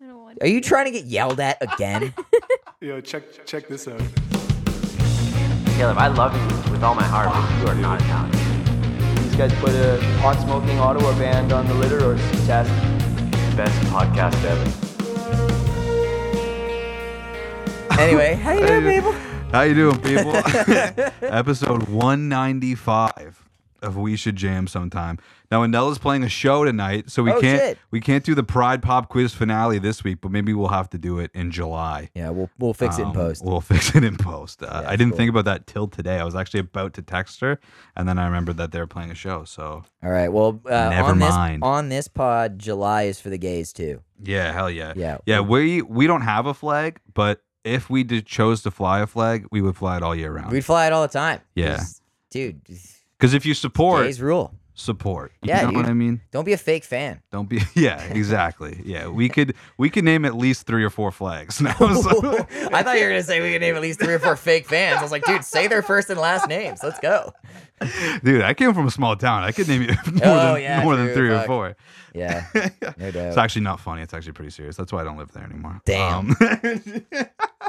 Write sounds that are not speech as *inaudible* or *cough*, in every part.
one. Are you trying to get yelled at again? Yo, check check this out. *laughs* Caleb, I love you with all my heart, but you are not Italian. These guys put a pot smoking Ottawa band on the litter or test. Best podcast ever. *laughs* anyway, how you doing, people? How you *laughs* doing, people? *laughs* Episode 195 of We Should Jam sometime. Now, Anella's playing a show tonight, so we Oh, can't shit. we can't do the Pride Pop Quiz finale this week, but maybe we'll have to do it in July. *laughs* Yeah, we'll we'll fix it in Um, post. We'll *laughs* fix it in post. Uh, I didn't cool. think about that till today. I was actually about to text her, and then I remembered that they were playing a show. So All right. Well, uh, Never on mind. This, on this pod, July is for the gays too. yeah, hell yeah, Yeah. yeah. We we don't have a flag, but if we did chose to fly a flag, we would fly it all year round. We'd fly it all the time. Oh. Yeah. 'Cause, dude, Because if you support, gays rule. support. You Yeah, know what dude. I mean. Don't be a fake fan. Don't be. Yeah, exactly. Yeah, *laughs* we could we could name at least three or four flags. *laughs* now, *laughs* so- I thought you were gonna say we could name at least three or four fake fans. I was like, dude, say their first and last names. Let's go. dude, I came from a small town. I could name you *laughs* more, Oh, than, yeah, more true, than three fuck. or four. *laughs* Yeah, no doubt. It's actually not funny. It's actually pretty serious. That's why I don't live there anymore. Damn. Um,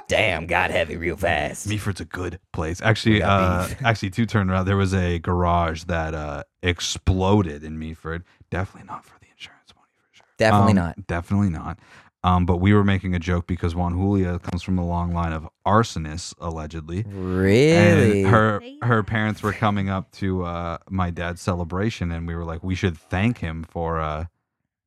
Damn, got heavy real fast. *laughs* Meaford's a good place. Actually, got uh, *laughs* actually, two turn around. There was a garage that uh, exploded in Meaford. Definitely not for the insurance money for sure. Definitely Um, not. Definitely not. Um, but we were making a joke because Juan Julia comes from a long line of arsonists, allegedly. Really? And her Say her that. parents were coming up to uh, my dad's celebration, and we were like, we should thank him for uh,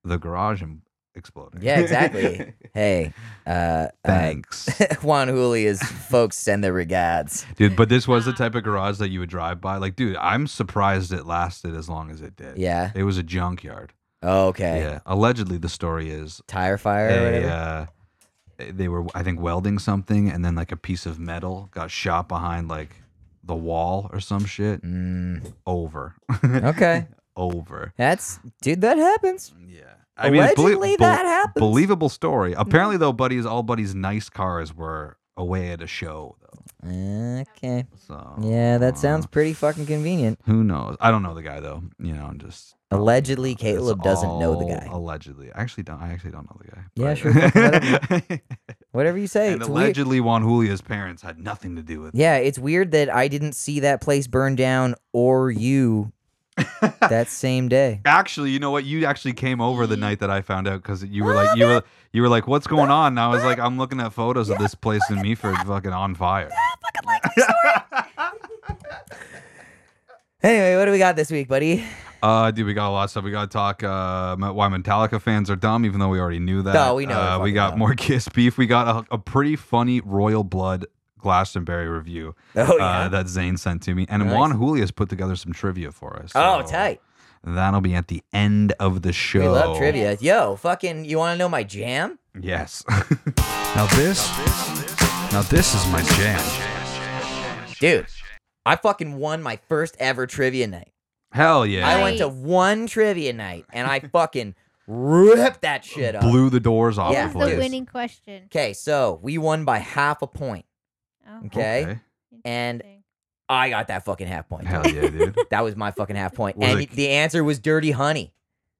the garage im- exploding. yeah, *laughs* exactly. hey, uh, uh, Thanks, *laughs* Juan Julia's folks send their regards. dude. But this was the type of garage that you would drive by. Like, dude, I'm surprised it lasted as long as it did. Yeah. Oh, it was a junkyard. Okay. Yeah, allegedly the story is Tire fire or a, whatever. uh, they were I think welding something, and then like a piece of metal got shot behind like the wall or some shit. Mm, Over, *laughs* okay. over. That's dude. That happens. Yeah. I mean, it's belie- Allegedly, that happens. Mm-hmm. Believable story. Apparently, though, buddies, all buddies' nice cars were away at a show, though. Okay. So Yeah, that uh, sounds pretty fucking convenient. Who knows? I don't know the guy though. You know, I'm just Allegedly, it's Caleb doesn't know the all guy. Allegedly, I actually don't. I actually don't know the guy. Yeah, but- sure, fuck *laughs* Whatever you say. and it's weird. allegedly, Juan Julia's parents had nothing to do with it. Yeah, it's weird that I didn't see that place burn down or *laughs* you that same day. Actually, you know what? You actually came over the night that I found out because you were like, you were, you were like, "What's going on?" And I was like, "I'm looking at photos *laughs* of this place in Meaford, fucking on fire." Anyway, what do we got this week, buddy? *laughs* Uh, dude, we got a lot of stuff. We got to talk uh, me- why Metallica fans are dumb, even though we already knew that. No, we know they're Uh, we fucking got dumb. more *laughs* Kiss beef. We got a, a pretty funny Royal Blood Glastonbury review Oh yeah. uh, that Zane sent to me. And Nice. Juan Julia's put together some trivia for us. oh, so tight. That'll be at the end of the show. We love trivia. Yo, fucking, you want to know my jam? Yes. *laughs* now this, now this is my jam. Dude, I fucking won my first ever trivia night. Hell yeah. I went to one trivia night and *laughs* I fucking ripped that shit up. Blew the doors off Yeah. the This What was place. the winning question? Okay, so we won by half a point. Oh, Okay. okay. And- interesting. I got that fucking half point. Hell yeah, dude. *laughs* That was my fucking half point. Was and it- the answer was Dirty Honey.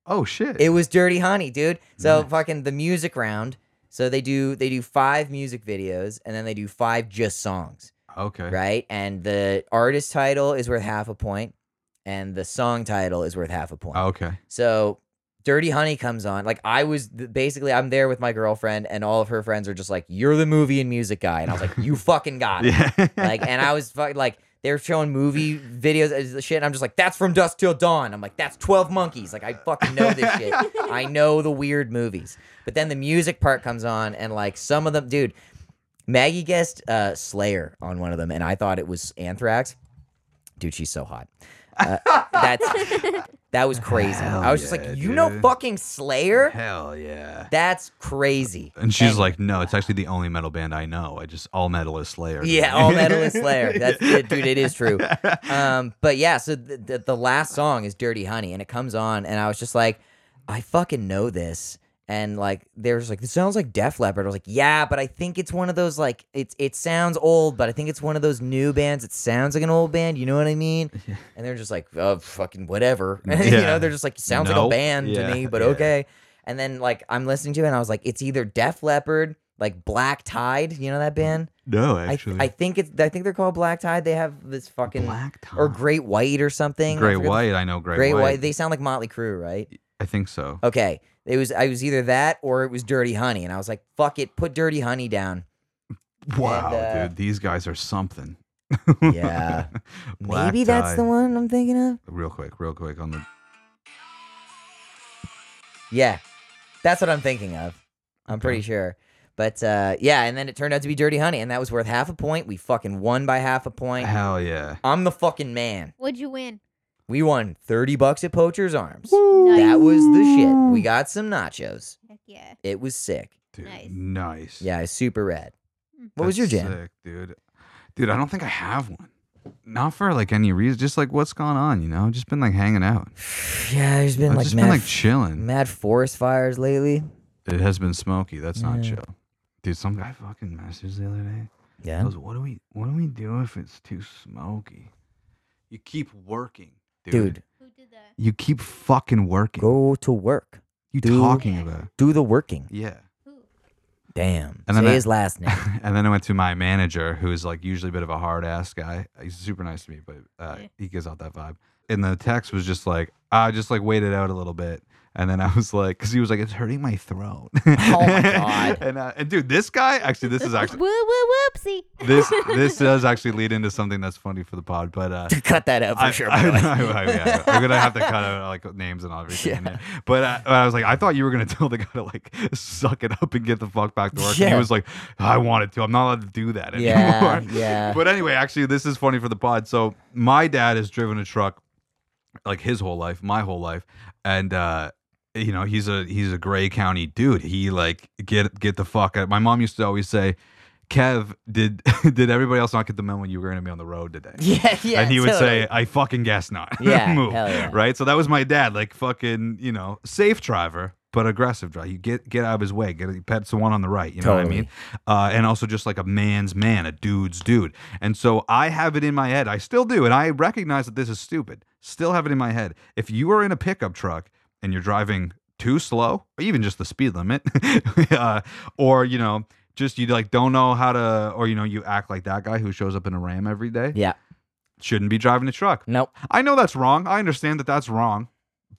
oh shit. It was Dirty Honey, dude. So fucking the music round. So they do they do five music videos and then they do five just songs, okay. right? And the artist title is worth half a point, and the song title is worth half a point. Okay. *laughs* So Dirty Honey comes on. Like I was basically I'm there with my girlfriend and all of her friends are just like, "You're the movie and music guy," and I was like, "You fucking got it." Yeah. Like, and I was fucking like, they were showing movie videos and shit. And I'm just like, that's from Dusk Till Dawn. I'm like, that's 12 Monkeys. Like, I fucking know this shit. I know the weird movies. But then the music part comes on, and like, some of them, dude, Maggie guessed uh, Slayer on one of them, and I thought it was Anthrax. Dude, she's so hot. Uh, that's that was crazy. Hell I was just yeah, like, you know, dude. fucking Slayer. Hell yeah. That's crazy. And she's like, no, it's actually the only metal band I know. I just all metal is Slayer. to Yeah, me." all metal *laughs* is Slayer. That's it, dude. It is true. Um, but yeah, so the, the, the last song is "Dirty Honey," and it comes on, and I was just like, I fucking know this. And like, they were just like, this sounds like Def Leppard. I was like, yeah, but I think it's one of those like, it's it sounds old, but I think it's one of those new bands. It sounds like an old band. You know what I *laughs* mean? And they're just like, oh, fucking whatever. *laughs* you Yeah. know, they're just like, sounds like a Nope. band Yeah, to me, but yeah. okay. And then like I'm listening to it and I was like, it's either Def Leppard, like Black Tide, you know that band? *laughs* No, I, actually. I think it's I think they're called Black Tide. They have this fucking Black or Tie. Great White or something. I Great forget the- White. I know Great, Great White. White. They sound like Motley Crue, right? I think so. Okay. It was I was either that or it was Dirty Honey, and I was like, fuck it, put Dirty Honey down. Wow, uh, dude, these guys are something. Yeah. *laughs* Black Maybe that's the Tie. one I'm thinking of. Real quick, real quick on the. Yeah. That's what I'm thinking of. I'm pretty sure. But uh, yeah, and then it turned out to be Dirty Honey, and that was worth half a point. We fucking won by half a point. Hell yeah. I'm the fucking man. What'd you win? We won 30 bucks at Poacher's Arms. That was the shit. We got some nachos. Heck yeah. It was sick. Dude, Nice. nice. Yeah, it's super rad. What was your That's jam? sick, dude? Dude, I don't think I have one. Not for like any reason. Just like what's gone on, you know? Just been like hanging out. Yeah, there's been I've like just mad, been like chilling. mad forest fires lately. It has been smoky. That's not Yeah. chill. Dude, some guy fucking messaged the other day. Yeah. I was, what do we what do we do if it's too smoky? You keep working, dude. Dude, Who did that? You keep fucking working. go to work. you dude. talking about. Do the working. Yeah. Who? Damn. And then Say I- his last *laughs* name. *laughs* and then I went to my manager, who's like usually a bit of a hard ass guy. He's super nice to me, but uh, he gives out that vibe. And the text was just like, I just like waited out a little bit. And then I was like, because he was like, it's hurting my throat. Oh *laughs* my God. and, uh, and dude, this guy actually, this is Woo actually *laughs* woo whoopsie. this this does actually lead into something that's funny for the pod. But uh, Cut that out *laughs* for I, sure. *laughs* I, by the way. I, *laughs* I, yeah, I'm gonna have to cut out like names and everything. in there. But I, but I was like, I thought you were gonna tell the guy to like suck it up and get the fuck back to work. And Yeah. he was like, I wanted to. I'm not allowed to do that anymore. Yeah, *laughs* yeah. *laughs* But anyway, actually, this is funny for the pod. So my dad has driven a truck like his whole life, my whole life, and uh, you know he's a he's a Gray County dude. He like get get the fuck out. My mom used to always say. Kev, did *laughs* did everybody else not get the memo you were going to be on the road today? yeah, yeah. and he would totally. say, "I fucking guess not." *laughs* Yeah, move, hell yeah. right? So that was my dad, like fucking, you know, safe driver, but aggressive driver. You get get out of his way, get pet someone on the right. You know what I Totally. mean? Uh, and also just like a man's man, a dude's dude. And so I have it in my head. I still do, and I recognize that this is stupid. Still have it in my head. If you are in a pickup truck and you're driving too slow, or even just the speed limit, *laughs* uh, or you know. Just you like don't know how to, or you know, you act like that guy who shows up in a Ram every day Yeah. shouldn't be driving a truck. *laughs* Nope. I know that's wrong. I understand that that's wrong,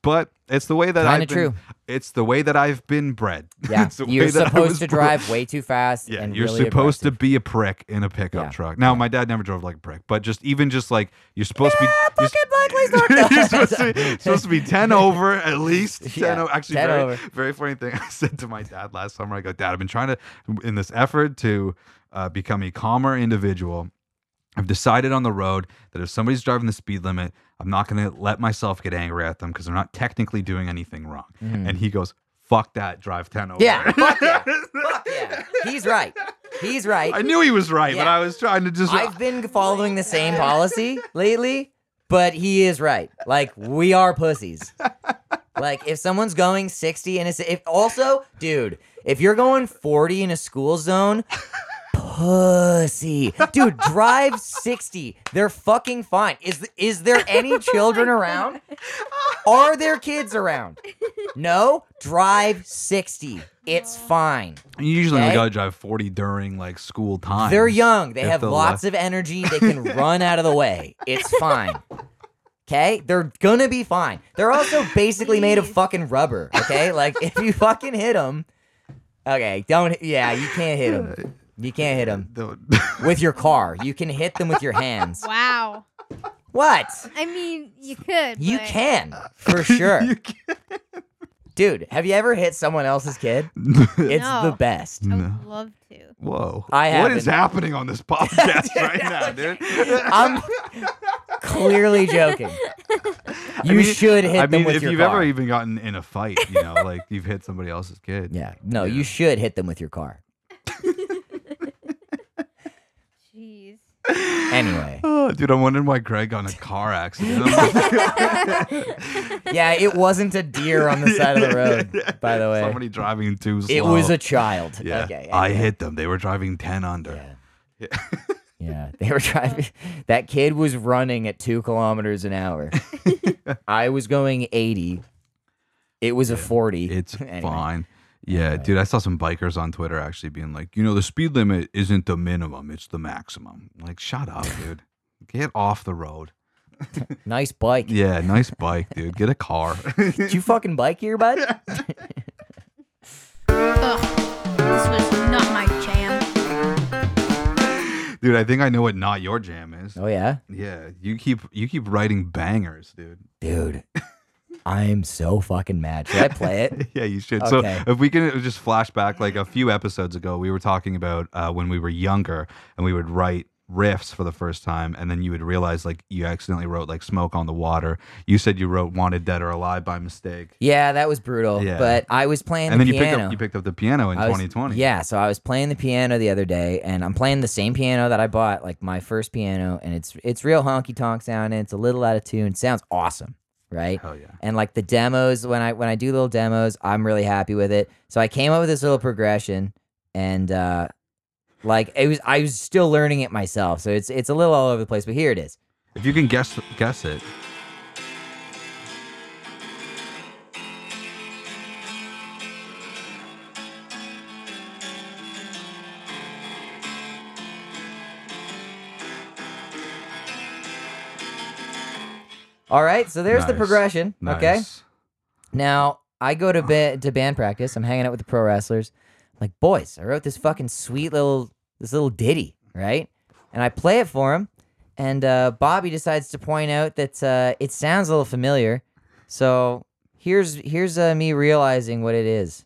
but it's the way that Kinda I've true. Been, it's the way that I've been bred. *laughs* Yeah. It's the way You're that I supposed was to bred. drive way too fast. Yeah, and you're really supposed aggressive. to be a prick in a pickup Yeah. truck. Now, my dad never drove like a prick, but just even just like you're supposed to be. Ah, fucking Mike, *laughs* please you're, don't. you're supposed, to be, *laughs* supposed to be ten over at least. Ten Yeah, over. Actually, 10 very, over. very funny thing I said to my dad last summer. I go, Dad, I've been trying to in this effort to uh, become a calmer individual. I've decided on the road that if somebody's driving the speed limit, I'm not going to let myself get angry at them because they're not technically doing anything wrong. And he goes, "Fuck that, drive ten over." Mm-hmm. Yeah. Fuck *laughs* yeah. Fuck yeah. He's right. He's right. I knew he was right, but Yeah. I was trying to just. I've been following the same policy lately, but he is right. Like we are pussies. Like if someone's going 60 and it's if also, dude, if you're going 40 in a school zone, pussy. Dude, drive 60. They're fucking fine. Is is there any children around? Are there kids around? No, drive 60. It's fine. Usually, Okay. we gotta drive forty during like school time. They're young. They If have the lots of energy. They *laughs* can run out of the way. It's fine. Okay? They're gonna be fine. They're also basically made of Please. fucking rubber. Okay? Like if you fucking hit them, okay, don't. Yeah, you can't hit them. You can't hit them The- *laughs* with your car. You can hit them with your hands. Wow. What? I mean, you could. You but- can *laughs* for sure, You can't- dude. Have you ever hit someone else's kid? It's No. the best. I would No. love to. Whoa! I what is haven't. happening on *laughs* this podcast right now, dude? *laughs* I'm clearly joking. *laughs* You mean- should hit *laughs* I them mean, with if your you've car. ever even gotten in a fight, you know, like you've hit somebody else's kid. Yeah. No, you should hit them with your car. Jeez. Anyway. Oh, dude, I'm wondering why Greg got in a *laughs* car accident. I'm like, yeah, it wasn't a deer *laughs* on the side of the road, by the way. Somebody driving too slow. it was a child. Yeah. Okay. I anyway. hit them. They were driving ten under. Yeah. *laughs* Yeah. They were driving. That kid was *laughs* running at two kilometers an hour. I was going 80. It was a 40. *laughs* It's Anyway. fine. Yeah, dude, I saw some bikers on Twitter actually being like, you know, the speed limit isn't the minimum, it's the maximum. Like, *laughs* shut up, dude. Get off the road. Nice bike. Yeah, nice bike, dude. Get a car. *laughs* Did you fucking bike here, bud? This was not my jam. dude, I think I know what not your jam is. oh, yeah? Yeah, you keep you keep writing bangers, dude. *laughs* Dude, I am so fucking mad. Should I play it? *laughs* Yeah, you should. Okay. So if we can uh, just flash back like a few episodes ago, we were talking about uh, when we were younger and we would write riffs for the first time, and then you would realize like you accidentally wrote like "Smoke on the Water." You said you wrote "Wanted Dead or Alive" by mistake, Yeah, that was brutal. Yeah. But I was playing and, the then you piano. picked up you picked up the piano in I was- 2020. Yeah, so I was playing the piano the other day, and I'm playing the same piano that I bought, like my first piano, and it's it's real honky tonk sounding. It's a little out of tune. Sounds awesome, right? Hell yeah. And like the demos, when I when I do little demos, I'm really happy with it. So I came up with this little progression, and uh, like it was, I was still learning it myself. So it's it's a little all over the place, but here it is. If you can guess guess it, All right, so there's the Nice. progression. Okay. nice. Now I go to ba- to band practice. I'm hanging out with the pro wrestlers. I'm like, boys, I wrote this fucking sweet little this little ditty, right? And I play it for him, and uh, Bobby decides to point out that uh, it sounds a little familiar. So here's here's uh, me realizing what it is.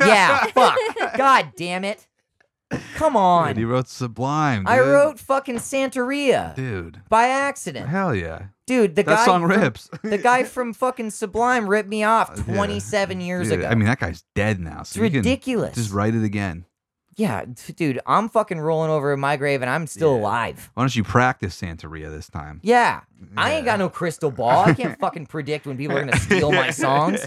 Yeah, fuck. God damn it. Come Dude, on. you wrote Sublime. I dude. wrote fucking Santeria dude. by accident, Hell yeah, dude. The guy that song from- *laughs* rips. *laughs* the guy from fucking Sublime ripped me off Yeah. 27 years Dude, ago. I mean, that guy's dead now. So It's you can ridiculous. Just write it again. yeah, t- dude, I'm fucking rolling over in my grave and I'm still Yeah. alive. Why don't you practice Santeria this time? Yeah, I ain't got no crystal ball. I *laughs* can't fucking predict when people are gonna steal my songs.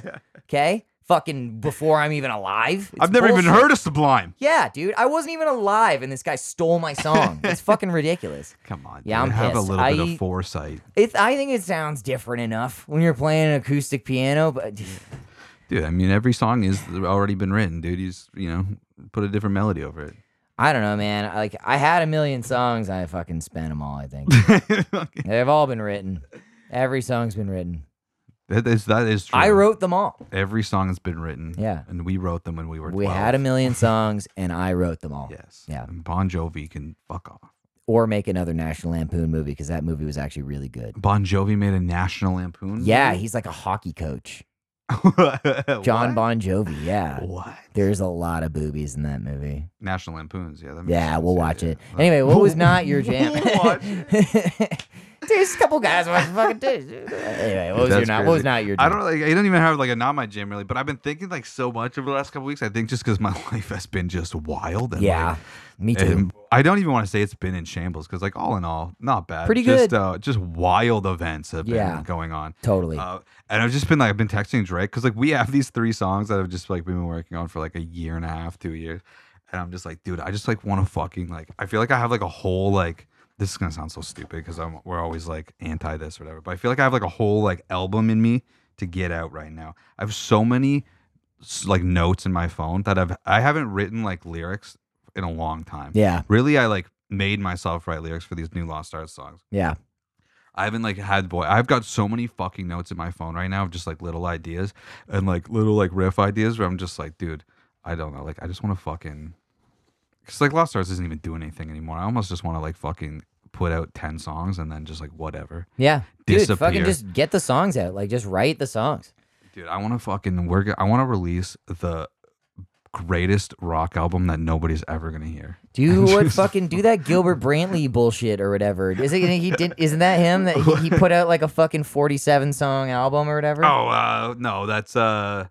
Okay, fucking before I'm even alive. It's I've never even bullshit. heard of Sublime. Yeah, dude, I wasn't even alive and this guy stole my *laughs* song. it's fucking ridiculous. Come on, Yeah, dude. I'm have pissed. a little bit I- of foresight, It's, I think it sounds different enough when you're playing an acoustic piano, but dude. I mean, every song is already been written, dude. You just you know put a different melody over it. *laughs* I don't know, man. I- Like I had a million songs, I fucking spent them all. I *laughs* think they've all been written. Every song's been written. that is that is true. I wrote them all. every song has been written. Yeah. and we wrote them when we were. We 12. had a million *laughs* songs, and I wrote them all. Yes. Yeah. And Bon Jovi can fuck off. Or make another National Lampoon movie because that movie was actually really good. Bon Jovi made a National Lampoon. Yeah, movie? he's like a hockey coach, Mm-hmm. What? *laughs* John Bon Jovi. Yeah, What? there's a lot of boobies in that movie. National Lampoons. Yeah. That makes Yeah, sense. we'll watch yeah. it. Like- Anyway, what *laughs* was not your jam? We'll watch *laughs* There's a couple guys watching fucking dudes. Anyway, what was your That's not? What was crazy. not your? Jam? I don't like. I don't even have like a not my jam really, but I've been thinking like so much over the last couple weeks. I think just because my *laughs* life has been just wild. And, Yeah, me like, too. and I don't even want to say it's been in shambles because like all in all, not bad. Pretty just, good. Uh, just wild events have been Yeah. going on. totally. *laughs* Uh, and I've just been like I've been texting Drake because like we have these three songs that I've just like been working on for like a year and a half, two years, and I'm just like, dude, I just like want to fucking like I feel like I have like a whole like this is gonna sound so stupid because I'm we're always like anti this or whatever, but I feel like I have like a whole like album in me to get out right now. I have so many s- like notes in my phone that I've I haven't written like lyrics in a long time. yeah, Really, I like made myself write lyrics for these new Lost Stars songs. yeah. I haven't like had boy. I've got so many fucking notes in my phone right now of just like little ideas and like little like riff ideas where I'm just like, dude, I don't know. Like I just want to fucking because like Lost Stars isn't even doing anything anymore. I almost just want to like fucking put out ten songs and then just like whatever. Yeah. Dude, fucking disappear. just get the songs out. Like, just write the songs. Dude, I want to fucking work. I want to release the greatest rock album that nobody's ever gonna hear. *laughs* Do what Just- fucking do that Gilbert Brantley bullshit or whatever. Is it he didn't? Isn't that him that he, he put out like a fucking forty-seven song album or whatever? Oh uh, no, that's uh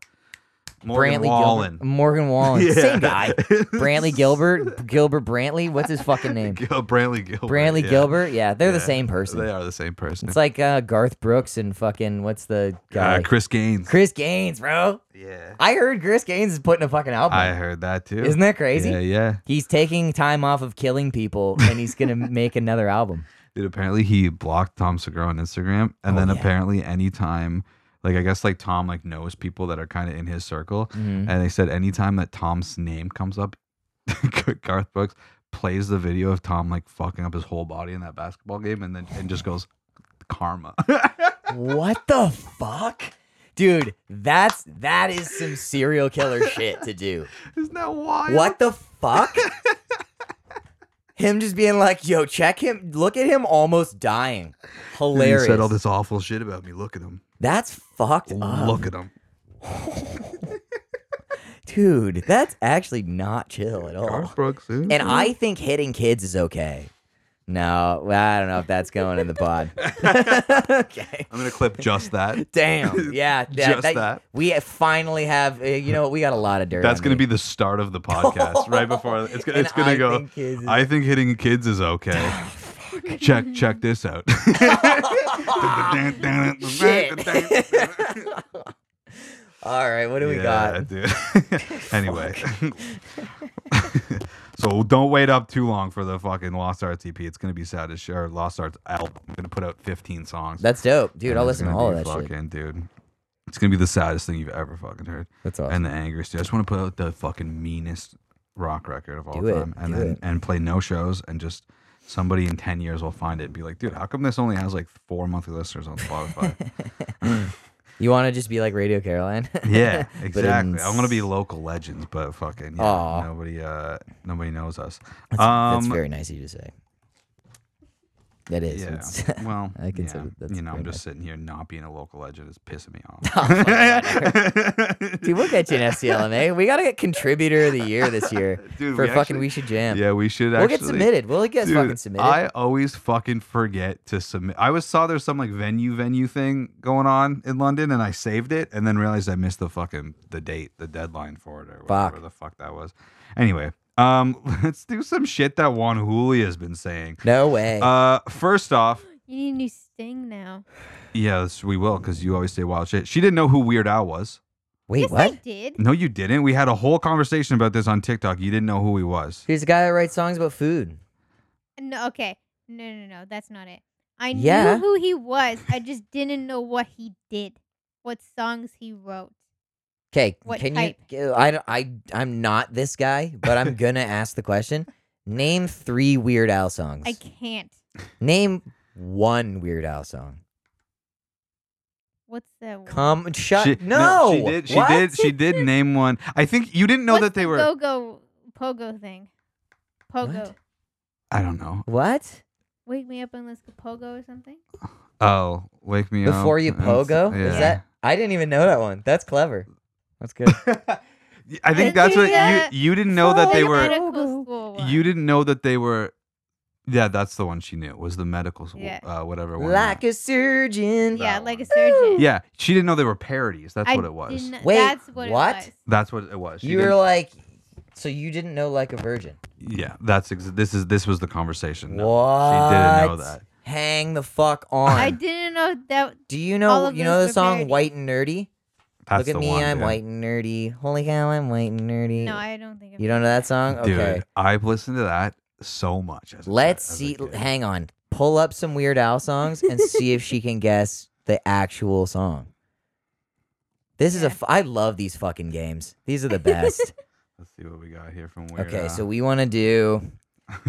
Oh, Morgan Brantley Wallen. Gilbert. Morgan Wallen. Yeah. Same *laughs* guy. Brantley Gilbert. Gilbert Brantley. What's his fucking name? Gil- Brantley Gilbert. Brantley yeah. Gilbert. Yeah, they're the Yeah, same person. They are the same person. It's like uh, Garth Brooks and fucking what's the guy? uh, Chris Gaines. Chris Gaines, bro. Yeah. I heard Chris Gaines is putting a fucking album. I out. heard that too. Isn't that crazy? Yeah, yeah. He's taking time off of killing people and he's gonna *laughs* make another album. Dude, apparently he blocked Tom Segura on Instagram, and Oh, then yeah. apparently anytime, like I guess like Tom like knows people that are kind of in his circle, Mhm. and they said anytime that Tom's name comes up, *laughs* Garth Brooks plays the video of Tom like fucking up his whole body in that basketball game, and then and just goes karma. *laughs* what the fuck? Dude, that's that is some serial killer shit to do. Isn't that wild? What the fuck? him just being like, yo, check him. Look at him almost dying. And he Hilarious. um, said all this awful shit about me. Look at him. That's fucked up. Look at him. Dude, that's actually not chill at all. Garth Brooks. eh? oh. And I think hitting kids is okay. No, I don't know if that's going in the *laughs* pod. okay. I'm gonna clip *laughs* just that. Damn. *laughs* Yeah. That, Just that. We finally have. Uh, you know, what? we got a lot of dirt. That's on gonna me. be the *laughs* start of the podcast right before it's gonna And it's gonna I go. think kids is- I think hitting kids is okay. *laughs* check check this out. *laughs* All right. What do we yeah, got? *laughs* dude. *laughs* anyway, *laughs* so don't wait up too long for the fucking Lost Arts EP. It's gonna be sad as shit. Or Lost Arts album. I'm gonna put out 15 songs. That's dope, dude. And I'll it's listen to gonna all of be that shit. fucking, dude. It's gonna be the saddest thing you've ever fucking heard. That's awesome. and the angriest. Dude. I just want to put out the fucking meanest rock record of all Do it, time, and do then it. and play no shows, and just somebody in ten years will find it and be like, dude, how come this only has like four monthly listeners *laughs* on Spotify? you want to just be like Radio Caroline? *laughs* yeah, But exactly. in I want to be local legends, but fucking yeah, Aw. nobody, uh, nobody knows us. that's um, very nice of you to say. That is. It's- *laughs* yeah. Well, I consider yeah, that's you know, I'm very just sitting here not being a local legend is pissing me *laughs* off. Oh, Dude, we'll get you an *laughs* SCLMA. We gotta get contributor of the year this year Dude, for we fucking actually- we should jam. *laughs* Yeah, we should we'll actually. get submitted. We'll get Dude, fucking submitted. I always fucking forget to submit. I was saw there's some like venue venue thing going on in London, and I saved it, and then realized I missed the fucking the date, the deadline for it, or whatever Fuck. the fuck that was. Anyway, um, *laughs* let's do some shit that Juan Juli has been saying. no way. Uh, first off, You need a new sting now. yes, we will, because you always say wild shit. She didn't know who Weird Al was. Wait, yes, what? I did. No, you didn't. We had a whole conversation about this on TikTok. You didn't know who he was. He's the guy that writes songs about food. No, okay. No, no, no. That's not it. I Yeah. knew who he was. I just didn't know what he did, what songs he wrote. Okay, What can type? you? I don't- I I'm not this guy, but I'm gonna ask the *laughs* question. Name three Weird Al songs. I can't. Name one Weird Al song. What's that? one? Come shut. She- no, she did. She What? did. She did name one. I think you didn't know What's that they the were. go-go pogo thing. Pogo. What? I don't know. What? Wake me up and let's go pogo or something. Oh, wake me up Before you and- pogo? Is yeah. that? I didn't even know that one. That's clever. That's good. I think Didn't that's you what get- you you didn't know that they The were. medical school one. You didn't know that they were. Yeah, that's the one she knew was the medical school, Yeah. uh, whatever one. like a surgeon. Yeah, that like a one. surgeon. yeah, she didn't know they were parodies. That's I what it was. didn't- Wait, that's what, what? it was. That's what it was. She You were didn't- like, so you didn't know like a virgin. yeah, that's ex- this is this was the conversation. No, She didn't know What? that. Hang the fuck on. I didn't know that. Do you All know of you those know were the song parodies. White and Nerdy? That's Look at the me, one, I'm dude. white and nerdy. Holy cow, I'm white and nerdy. No, I don't think. I've you don't know that song? Dude, Okay. I've listened to that so much. as a- Let's as a see. kid. Hang on. Pull up some Weird Al songs and see if she can guess the actual song. This is a. Yeah. F- I love these fucking games. These are *laughs* the best. Let's see what we got here from Weird okay, Al. so we want to do *laughs*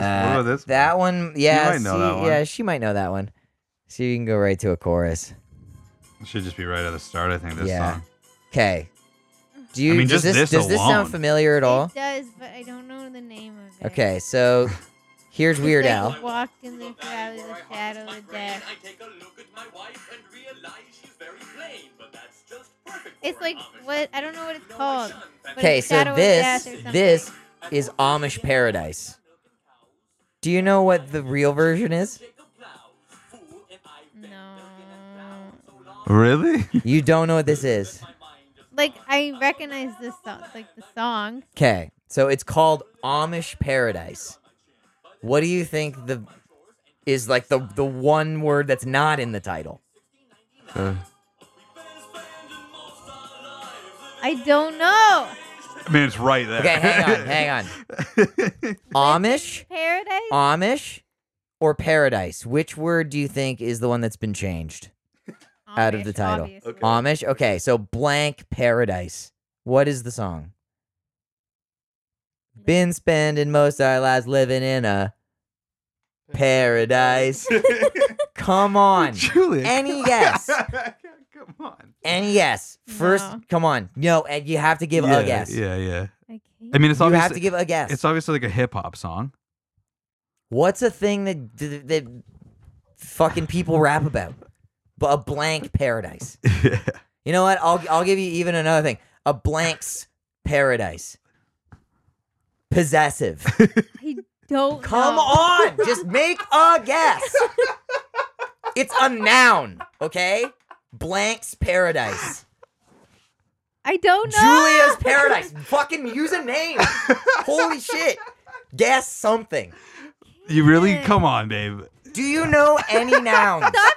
uh, what about this one? that one. Yeah, might know see- that one. yeah, she might know that one. So you can go right to a chorus. Should just be right at the start, I think, this Yeah. song. Okay. Do you mean, does just this, this does this alone. sound familiar at all? It does, but I don't know the name of it. Okay, so here's It's Weird like Al. Walked in the valley of the shadow of death. It's like what I don't know what it's called. but Okay, it's so Shadow of this Death or something. this is Amish Paradise. Do you know what the real version is? No. Really? *laughs* You don't know what this is. like I recognize this song, like the song. Okay, so it's called Amish Paradise. What do you think the is like the the one word that's not in the title? Uh, I don't know. I mean, it's right there. Okay, hang *laughs* on, hang on. Amish, Paradise. Amish, or Paradise? Which word do you think is the one that's been changed out of the Amish, title? obviously. Amish. Okay, so blank Paradise. What is the song? Been spending most of our lives living in a paradise. *laughs* Come on. Julian. Any guess? *laughs* Come on. Any yes. First, No. come on. No, Ed, you have to give yeah, a guess. Yeah, yeah. I I can't- mean, it's you obviously have to give a guess. it's obviously like a hip *laughs* hop song. What's a thing that, that that fucking people rap about? B- A blank paradise. yeah. You know what? I'll I'll give you even another thing. A blank's paradise. Possessive. I don't. Come know. on, just make a guess. It's a noun, okay? Blank's paradise. I don't know. *laughs* Julia's paradise. Fucking use a name. Holy shit. Guess something. You really come on, babe. Do you know any nouns? Stop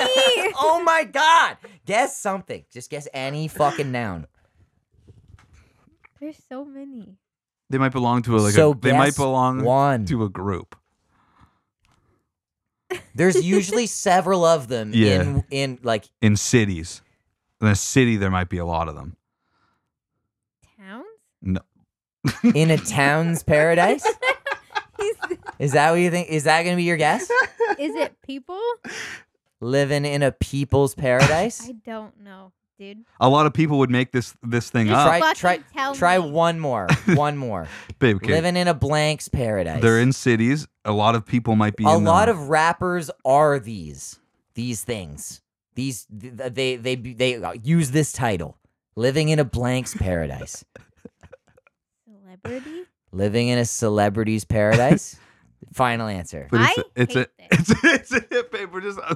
*laughs* at me. oh my god. Guess something. Just guess any fucking noun. There's so many. They might belong to a like so a, they might guess belong one. to a group. There's usually several of them Yeah. in in like in cities. In a city, there might be a lot of them. Towns? No, in a town's paradise. Is, Is that what you think? Is that gonna be your guess? *laughs* is it people? Living in a people's paradise? I don't know, dude. a lot of people would make this this thing Just up, Try Fucking try tell try me. one *laughs* more. One more. babe. okay. Living in a blank's paradise. They're in cities. A lot of people might be. a in lot them. of rappers are these these things these th- th- they they they use this title living in a blank's paradise Celebrity? living in a celebrity's *laughs* paradise final answer But it's I a, it's, a, *laughs* hate it's a it's a hip paper. Just *laughs*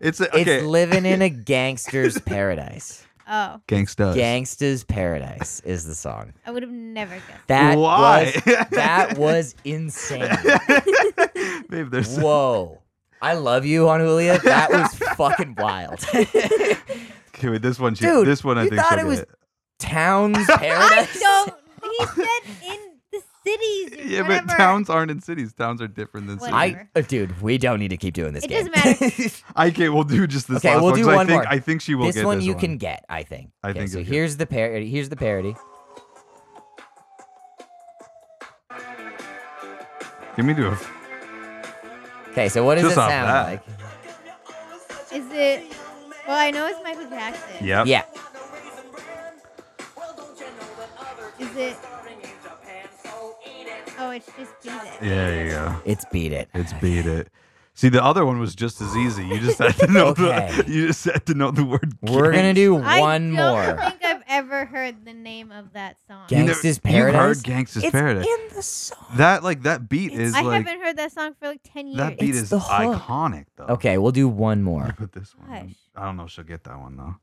it's a okay. it's living in *laughs* a gangster's paradise Oh, Gangsta. gangster's paradise is the song I would have never *laughs* guessed. that Why? was that was *laughs* insane *laughs* babe, there's *laughs* whoa I love you, Juan Julia. That was fucking wild. *laughs* okay, wait, this one. She, Dude, this one I you think thought she'll it get was- *laughs* Town's paradise. Don't. He said in the *laughs* cities. or Yeah, whatever. but towns aren't in cities. Towns are different than cities. Whatever. I, uh, dude, we don't need to keep doing this. It game. *laughs* doesn't matter. I can't. We'll do just this. Okay, last we'll one, do 'cause I one think, more. I think she will this get one this you one. can get, I think. I Okay, think so. you'll get it. Here's the parody. Here's the parody. Give me to a Okay, so what does Just it off sound that. like? Is it? Well, I know it's Michael Jackson. Yep. Yeah, Is it? Oh, it's just Jesus. Yeah, there you go. it's beat it. It's beat it. See, the other one was just as easy. You just had to know Okay. the you just had to know the word. We're gonna do one I don't more. think I've ever heard the name of that song. You never- Gangsta's you heard Paradise. Gangsta's it's Paradise. in the song. That like that beat It's- is I like haven't heard that song for like ten years. that beat It's is the hook. iconic though. Okay, we'll do one more. Put this one. in. Gosh. I don't know if she'll get that one though.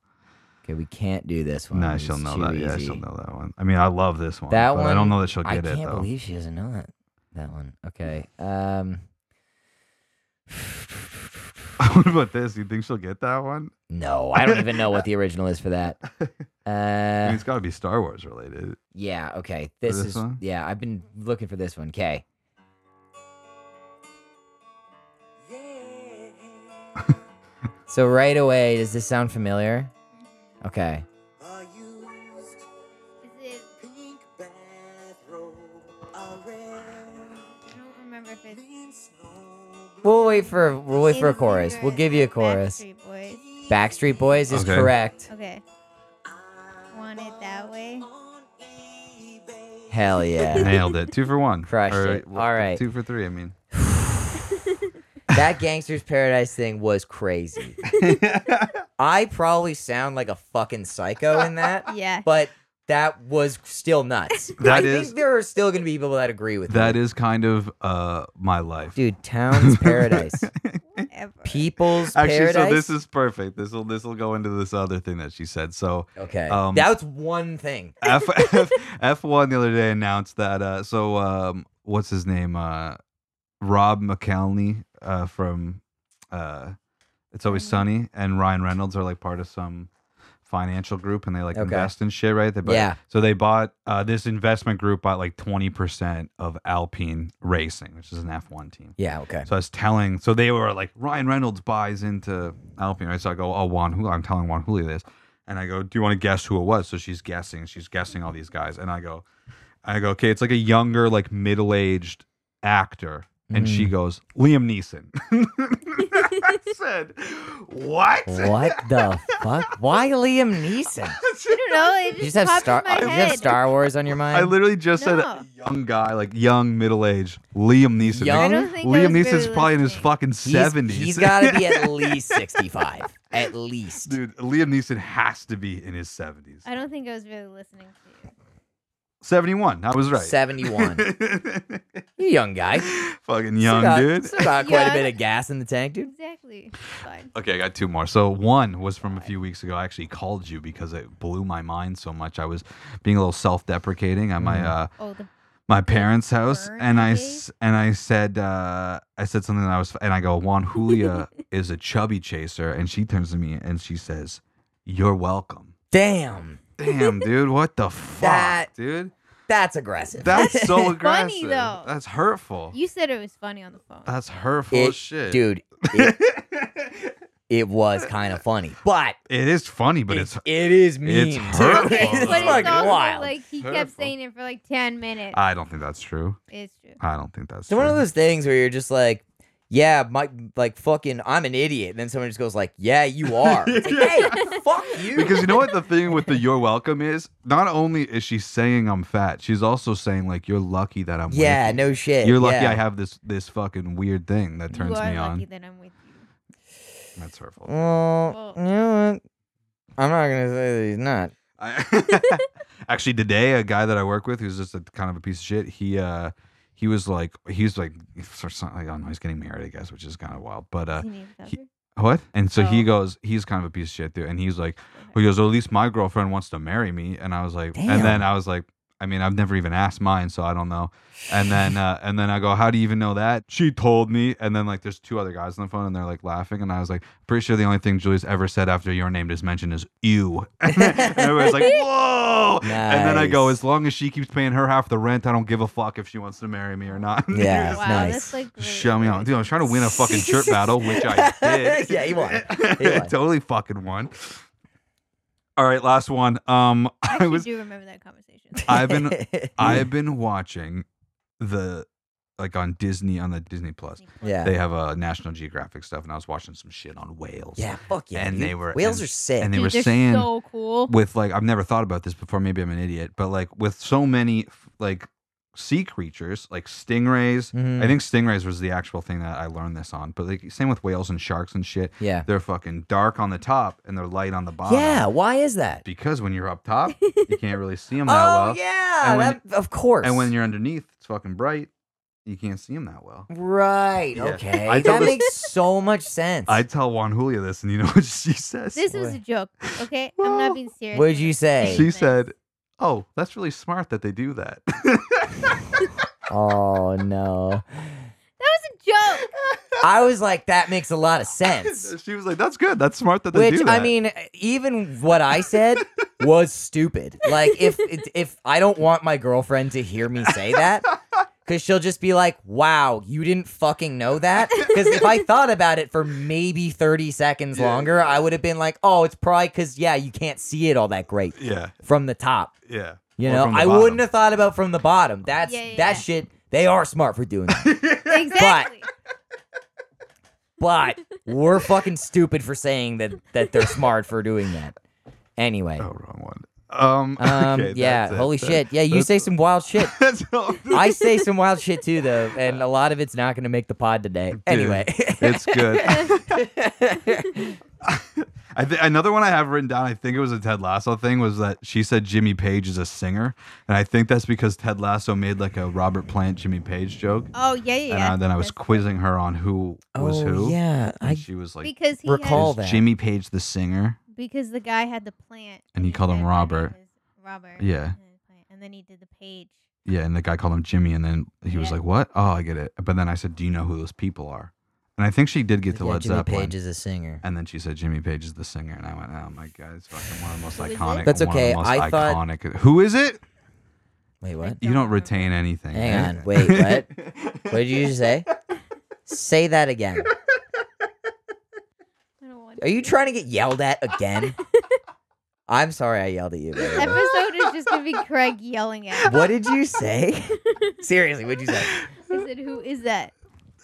Okay, we can't do this one. no, It's she'll know too that. Yeah, easy. she'll know that one. I mean, I love this one. That but one. I don't know that she'll I get it can't though. believe she doesn't know that. That one. Okay. Um. *laughs* what about this? You think she'll get that one? No, I don't even know what the original is for *laughs* that. I mean, Uh, it's got to be Star Wars *laughs* related. yeah. Okay. This, this is. one? Yeah, I've been looking for this one. Okay. so right away, does this sound familiar? Okay. Is it? I don't remember if it's. We'll wait for we'll wait for a Is chorus. We'll it give you a chorus. Backstreet Boys? Backstreet Boys is Okay. correct. Okay. Want it that way? Hell *laughs* yeah. Nailed it. Two for one. Crushed Or, it. well, All right. Two for three. I mean, that gangster's paradise thing was *laughs* crazy. I probably sound like a fucking psycho in that, *laughs* Yeah. but that was still nuts. I That is- think there are still going to be people that agree with that me. is kind of uh my life. *laughs* dude. Town's paradise. ever. People's Actually, Paradise. so this is perfect. This will this will go into this other thing that she said. So okay. um, That's one thing. F F F one the other day announced that uh so um what's his name uh Rob McElhenney uh from uh It's Mm-hmm. Always Sunny and Ryan Reynolds are like part of some financial group and they like Okay. invest in shit right they buy- Yeah. so they bought uh this investment group bought like 20% of Alpine Racing which is an F1 team Yeah. Okay. so I was telling, so they were like, Ryan Reynolds buys into Alpine, right? So I go, oh, Juan Julio. I'm telling Juan Julio this. And I go, do you want to guess who it was? So she's guessing, she's guessing all these guys. And I go, I go, okay, it's like a younger, like middle aged actor. And Mm. she goes, Liam Neeson. *laughs* *laughs* I said, what? what the fuck? Why Liam Neeson? *laughs* I don't know. It You just, just have popped Star. in my You head. have Star Wars on your mind. I literally just No. said young guy, like young middle aged Liam Neeson. Young? I don't think I Liam was Neeson's really probably in his listening. fucking He's- seventies. He's got to be at least sixty-five. At least. *laughs* Dude, Liam Neeson has to be in his 70s. I don't think I was really listening to you. 71. I was right. 71. you young guy. *laughs* Fucking still young, got, dude. Still got quite a Young. bit of gas in the tank, dude. Exactly. *laughs* Fine. Okay, I got two more. So one was from a few weeks ago. I actually called you because it blew my mind so much. I was being a little self-deprecating at my uh, Oh, the my parents' house, Burn and I day? s- and I said uh, I said something that I was, and I go, Juan *laughs* Julia is a chubby chaser, and she turns to me and she says, "You're welcome." Damn. *laughs* Damn, dude, what the fuck, That- dude? That's aggressive. That's so aggressive. *laughs* funny, though. That's hurtful. you said it was funny on the phone. That's hurtful It- as shit, dude. It, it *laughs* was kind of funny, but It is funny, but it- it's. it is mean. it's too. hurtful. Okay, *laughs* Oh, it's *laughs* but fucking it's also wild. like he kept Hurtful. saying it for like ten minutes. I don't think that's true. it's true. I don't think that's It's true. one of those things where you're just like, yeah, my like fucking, I'm an idiot. And then someone just goes like, yeah, *laughs* you are. It's like, hey, fuck you. *laughs* because you know what the thing with the "you're welcome" is. Not only is she saying I'm fat, she's also saying like you're lucky that I'm. *laughs* with yeah, you. no shit. You're lucky yeah. I have this this fucking weird thing that turns you are me lucky on. that I'm with you. That's Mm. hurtful. Well, you know what? I'm not gonna say that he's not. I- *laughs* Actually, today a guy that I work with who's just a kind of a piece of shit. He uh he was like he was like for some, I don't know he's getting married I guess which is kind of wild. But uh Does he need a he- cover? what? And so he Oh. goes he's kind of a piece of shit dude, and he's like Well, he goes, well, at least my girlfriend wants to marry me. And I was like, and then I was like, I mean, I've never even asked mine, so I don't know. And then, uh, and then I go, how do you even know that? She told me. And then like, there's two other guys on the phone, and they're like laughing. And I was like, pretty sure the only thing Julie's ever said after your name is mentioned is you. *laughs* and everybody's like, whoa. And then I go, Nice. as long as she keeps paying her half the rent, I don't give a fuck if she wants to marry me or not. *laughs* Yeah, wow, it's nice. that's like really Show me on, nice. dude. I was trying to win *laughs* a fucking shirt battle, which I did. Yeah, *laughs* he won. He I won. totally fucking won. All right, last one. Um, *laughs* I I actually was, do remember *laughs* that conversation. I've been, *laughs* I've been watching the, like on Disney on the Disney Plus. yeah. They have a uh, National Geographic stuff, and I was watching some shit on whales. yeah, fuck yeah. And dude. they were- whales and- are sick. and they Dude, were they're saying so *laughs* cool. with like I've never thought about this before. Maybe I'm an idiot, but like with so many f- like sea creatures, like stingrays. Mhm. I think stingrays was the actual thing that I learned this on. But like same with whales and sharks and shit. yeah. They're fucking dark on the top and they're light on the bottom. Yeah. Why is that? Because when you're *laughs* up top, you can't really see them Oh that well. yeah, And when- that- of course. And when you're underneath, it's fucking bright. You can't see them that well. right, Yeah. okay, I that noticed- makes so much sense. I tell Juan Julia this, and you know *laughs* what she says? This was Wha- a joke, okay? I'm Well, not being serious. What'd you say? she said, "Oh, that's really smart that they do that." *laughs* oh no. That was *laughs* a joke. I was like, that makes a lot of sense. she was like, "That's good. That's smart that they Which do that." I mean, even what I said was stupid. Like if it- if I don't want my girlfriend to hear me say that, because she'll just be like, "Wow, you didn't fucking know that." Because if I thought about it for maybe thirty seconds Yeah. longer, I would have been like, "Oh, it's probably because yeah, you can't see it all that great yeah, from the top." yeah. You Or know, from the I bottom. wouldn't have thought about from the bottom. That's Yeah, yeah, that yeah. shit. They are smart for doing that, Exactly. but we're fucking stupid for saying that that they're smart for doing that. Anyway, Oh, wrong one. Um. Um, *laughs* okay, yeah, that's it. holy That- shit. Yeah, you that's- say some wild shit. *laughs* That's *laughs* all. I say some wild shit too, though, and a lot of it's not *laughs* going to make the pod today. Anyway, It's good. I th- another one I have written down. I think it was a Ted Lasso thing. Was that she said Jimmy Page is a singer, and I think that's because Ted Lasso made like a Robert Plant Jimmy Page joke, Oh yeah, yeah. and yeah. I, then I was That's- quizzing her on who was oh, who. Yeah, and I she was like, because he recall had, "Is that. Jimmy Page the singer? because the guy had the plant And he called him said, "My Robert." name is Robert. Yeah. and then plant. And then he did the page. Yeah, and the guy called him Jimmy, and then he was Yeah. like, "What? Oh, I get it." But then I said, "Do you know who those people are?" And I think she did get to yeah, Led Jimmy Zeppelin. Page is a singer. and then she said Jimmy Page is the singer, and I went, "Oh my god, it's fucking one of the most Who is it? iconic." That's one of the okay, most I thought- iconic. Who is it? Wait, what? You don't retain anything. Hang right? on, wait, *laughs* what? What did you just say? say that again. I don't want Are you trying to get yelled at *laughs* again? I'm sorry I yelled at you. this Baby. *laughs* episode is just gonna be Craig yelling at *laughs* me. What did you say? Seriously, what'd you say? I said, "Who is that?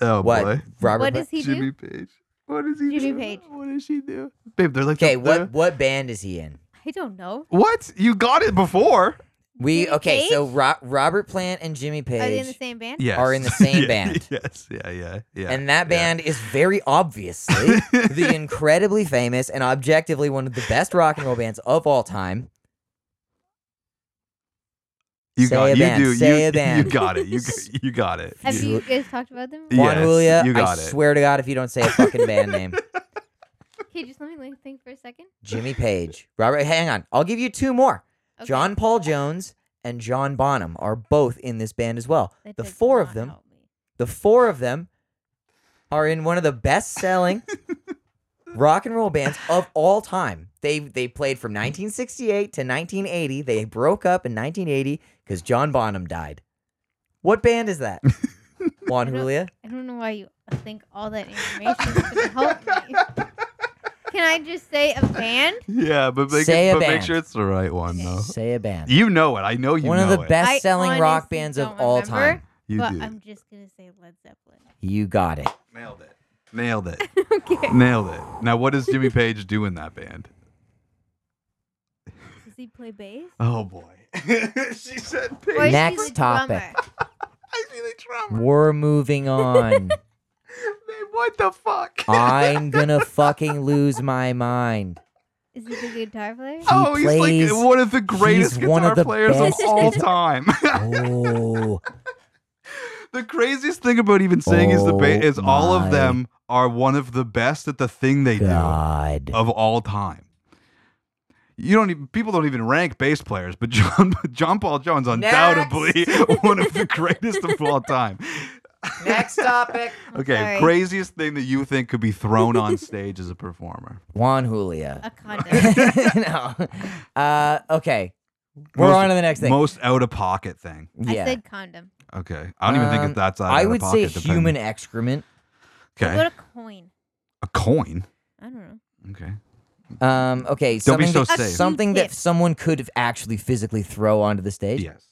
Oh What? boy, Robert. what Plant- does he Jimmy do?" Page. What does he Jimmy do? Page. What does she do? Babe, they're like okay, the- what the- what band is he in? I don't know. What? You got it before? We Jimmy okay, so Page? Ro- Robert Plant and Jimmy Page. Are they in the same band? Yes. Are in *laughs* the same Yeah, band. Yes. Yeah. Yeah. Yeah. And that yeah. band is very obviously *laughs* the incredibly famous and objectively one of the best rock and roll bands of all time. You Say got. a you band, do. say *laughs* you, a band. You got it. You got, you got it. Have You- you guys talked about them? Yeah. Juan Yes, Julia, you got I it. swear to God, if you don't say a fucking band *laughs* name, Okay, just let me like, think for a second. Jimmy Page, Robert, hang on, I'll give you two more. Okay. John Paul Jones and John Bonham are both in this band as well. That the does four of not them, help me. the four of them are in one of the *laughs* best-selling rock and roll bands of all time. They they played from 1968 to 1980. They broke up in 1980 cuz John Bonham died. What band is *laughs* that? Juan I don't- Julia? I don't know why you think all that information is going to help me. *laughs* Can I just say a band? Yeah, but make, Say it, a but make band. sure it's the right one, though. Say a band. Uh-huh. You know it. I know you one know of the it. best-selling I rock honestly bands of don't all remember, time. You but do. I'm just going to say Led *laughs* Zeppelin. You got it. Nailed it. Nailed it. *laughs* Nailed it. Now, what does Jimmy Page do in that band? Does he play bass? Oh boy. *laughs* she said Page. Or is he Next the topic. drummer? I see the drummer. We're moving *laughs* on. Babe, what the fuck? I'm gonna fucking lose my mind. Is he the guitar *laughs* player? oh, he's plays- like one of the greatest he's guitar one of the players of best all guitar- time. *laughs* Oh, the craziest thing about even saying is the ba- Oh is all my of them are one of the best at the thing they God. do of all time. You don't even, people don't even rank bass players, but *laughs* John John Paul Jones undoubtedly *laughs* one of the greatest of all time. Next topic. Okay, sorry. craziest thing that you think could be thrown on stage as a performer. Juan Julia. A condo. *laughs* *laughs* no. Uh, okay. *laughs* We're Most- on to the next thing. Most out of pocket thing. *laughs* yeah. I said condom. Okay, I don't even think Um, if that's out I of would pocket. say depending- human excrement. What Okay, a coin. a coin. I don't know. Okay, Um, okay. Don't be something so that, safe. Something that Q-tip. someone could have actually physically throw onto the stage. yes,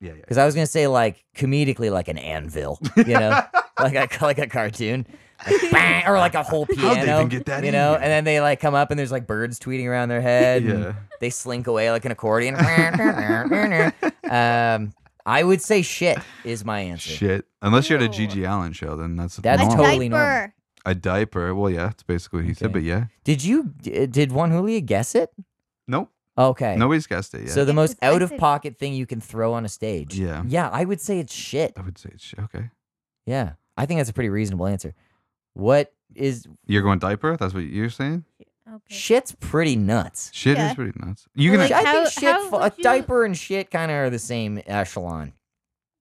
yeah, yeah. Because I was gonna say like comedically like an anvil, you *laughs* know, like a like a cartoon, *laughs* like, bang, or like a whole piano, they even get that you in know. here? And then they like come up and there's like birds tweeting around their head. and Yeah. They slink away like an accordion. *laughs* *laughs* um, I would say shit is my answer. Shit. Unless you had a Ew. Gigi Allen show, then that's That's a normal. totally normal. diaper. a diaper. Well, yeah, that's basically what he said. Okay. But yeah, Did you d- eh, did Juan Julia guess it? nope, Okay. nobody's guessed it yet. So the Yeah, most 'cause I out of said- pocket thing you can throw on a stage. Yeah. Yeah, I would say it's shit. I would say it's sh- okay. Yeah. I think that's a pretty reasonable answer. What is You're going diaper. That's what you're saying. Okay. shit's pretty nuts. Shit Yeah. is pretty nuts. You Well, can. like, I how- think shit, how fa- a would you- diaper and shit kind of are the same echelon.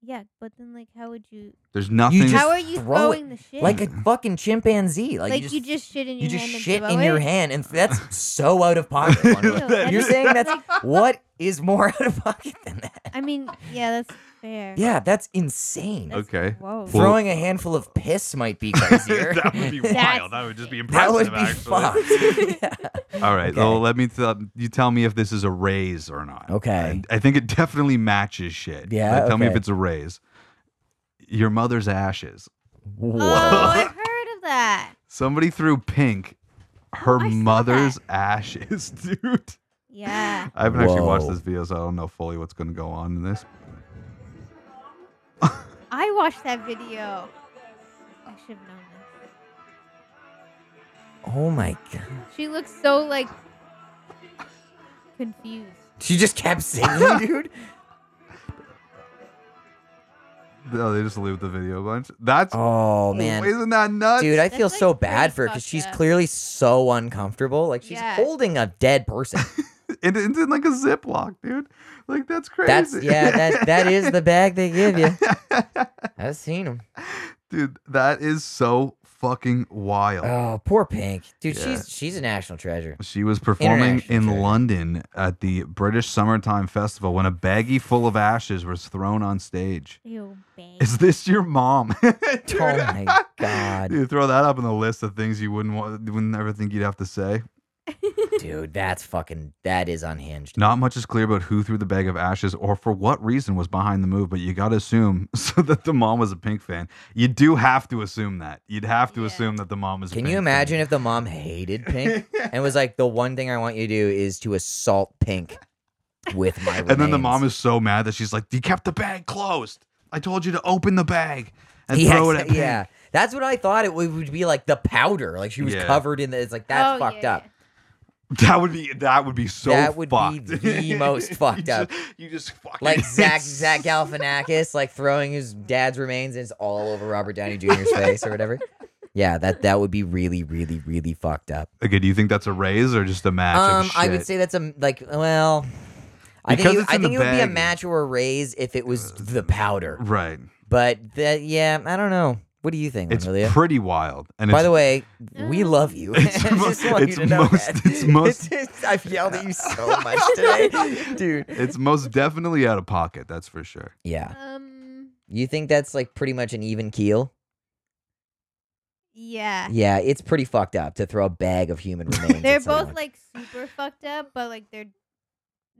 Yeah, but then, like, how would you. there's nothing. just- *laughs* How are you throw it throwing the shit? Like a fucking chimpanzee. Like, you Like, just, you just shit in your you just hand and shit throw in your it? hand, *laughs* and that's so out of pocket. Juan Ew, *laughs* Julia. that You're is- saying that's what is more *laughs* out of pocket than that? I mean, yeah, that's fair. Yeah, that's insane. That's- okay. Whoa. Well- Throwing a handful of piss might *laughs* be crazier. that *laughs* would be That's- wild. That would just be That would impressive. be actually. fucked. *laughs* All right. Okay. Well, let me. Th- you tell me if this is a raise or not. Okay. I, I think it definitely matches shit. Yeah, But tell me if okay. it's a raise. Your mother's ashes. Oh, Whoa. I've heard of that. Somebody threw pink. Her I saw mother's ashes, *laughs* dude. Yeah. I haven't actually watched Whoa. this video, so I don't know fully what's going to go on in this. I watched that video. I should have known this. *laughs* Oh my god. She looks so like confused. She just kept *laughs* singing, dude. No, they just leave the video bunch. That's Oh man. isn't that nuts? Dude, I That's, feel like, so pretty bad for her because fucked she's up. clearly so uncomfortable. Like she's Yeah. holding a dead *laughs* person. It- it's in like a Ziploc, dude. Like that's crazy. That's yeah. That that *laughs* is the bag they give you. I've seen them. dude. That is so fucking wild. Oh, poor Pink, dude. Yeah. She's she's a national treasure. She was performing International in trade. London at the British Summertime Festival when a baggie full of ashes was thrown on stage. Ew, *laughs* babe. Is this your mom? *laughs* Oh my god, You throw that up in the list of things you wouldn't want, wouldn't ever think you'd have to say. dude. That's fucking. That is unhinged. Not much is clear about who threw the bag of ashes or for what reason was behind the move, but you got to assume *laughs* so that the mom was a Pink fan. You do have to assume that. You'd have to Yeah. assume that the mom was. a Can Pink you fan. imagine if the mom hated *laughs* Pink and was like, "The one thing I want you to do is to assault Pink with my." And then the remains." mom is so mad that she's like, "You kept the bag closed. I told you to open the bag and Yeah, throw it at exa- Pink." yeah. That's what I thought it would would be like the powder. Like she was Yeah. covered in the. It's like that's Oh, fucked yeah, up. *laughs* That would be that would be so That would be fucked. the most You fucked just- up. You just fucking Like Zach *laughs* Zach Galifianakis, like throwing his dad's remains and it's all over Robert Downey Jr.'s face or whatever. Yeah, that that would be really, really, really fucked up. *laughs* Okay, do you think that's a raise or just a match? of Um, shit? I would say that's a like well. I Because think, it, it's I in the think it would be a bag. Uh, match or a raise if it was the powder. right. But that, yeah, I don't know. What do you think, It's Amelia? pretty wild. And By it's the way, we Mm. love you. *laughs* It's *laughs* I mo- just want it's you to know most- that. it's *laughs* most- It's- I've yelled *laughs* at you so much today, dude. *laughs* it's most definitely out of pocket. That's for sure. Yeah, Um. you think that's like pretty much an even keel? Yeah. Yeah, it's pretty fucked up to throw a bag of *laughs* human remains. They're at someone. both like super fucked up, but like they're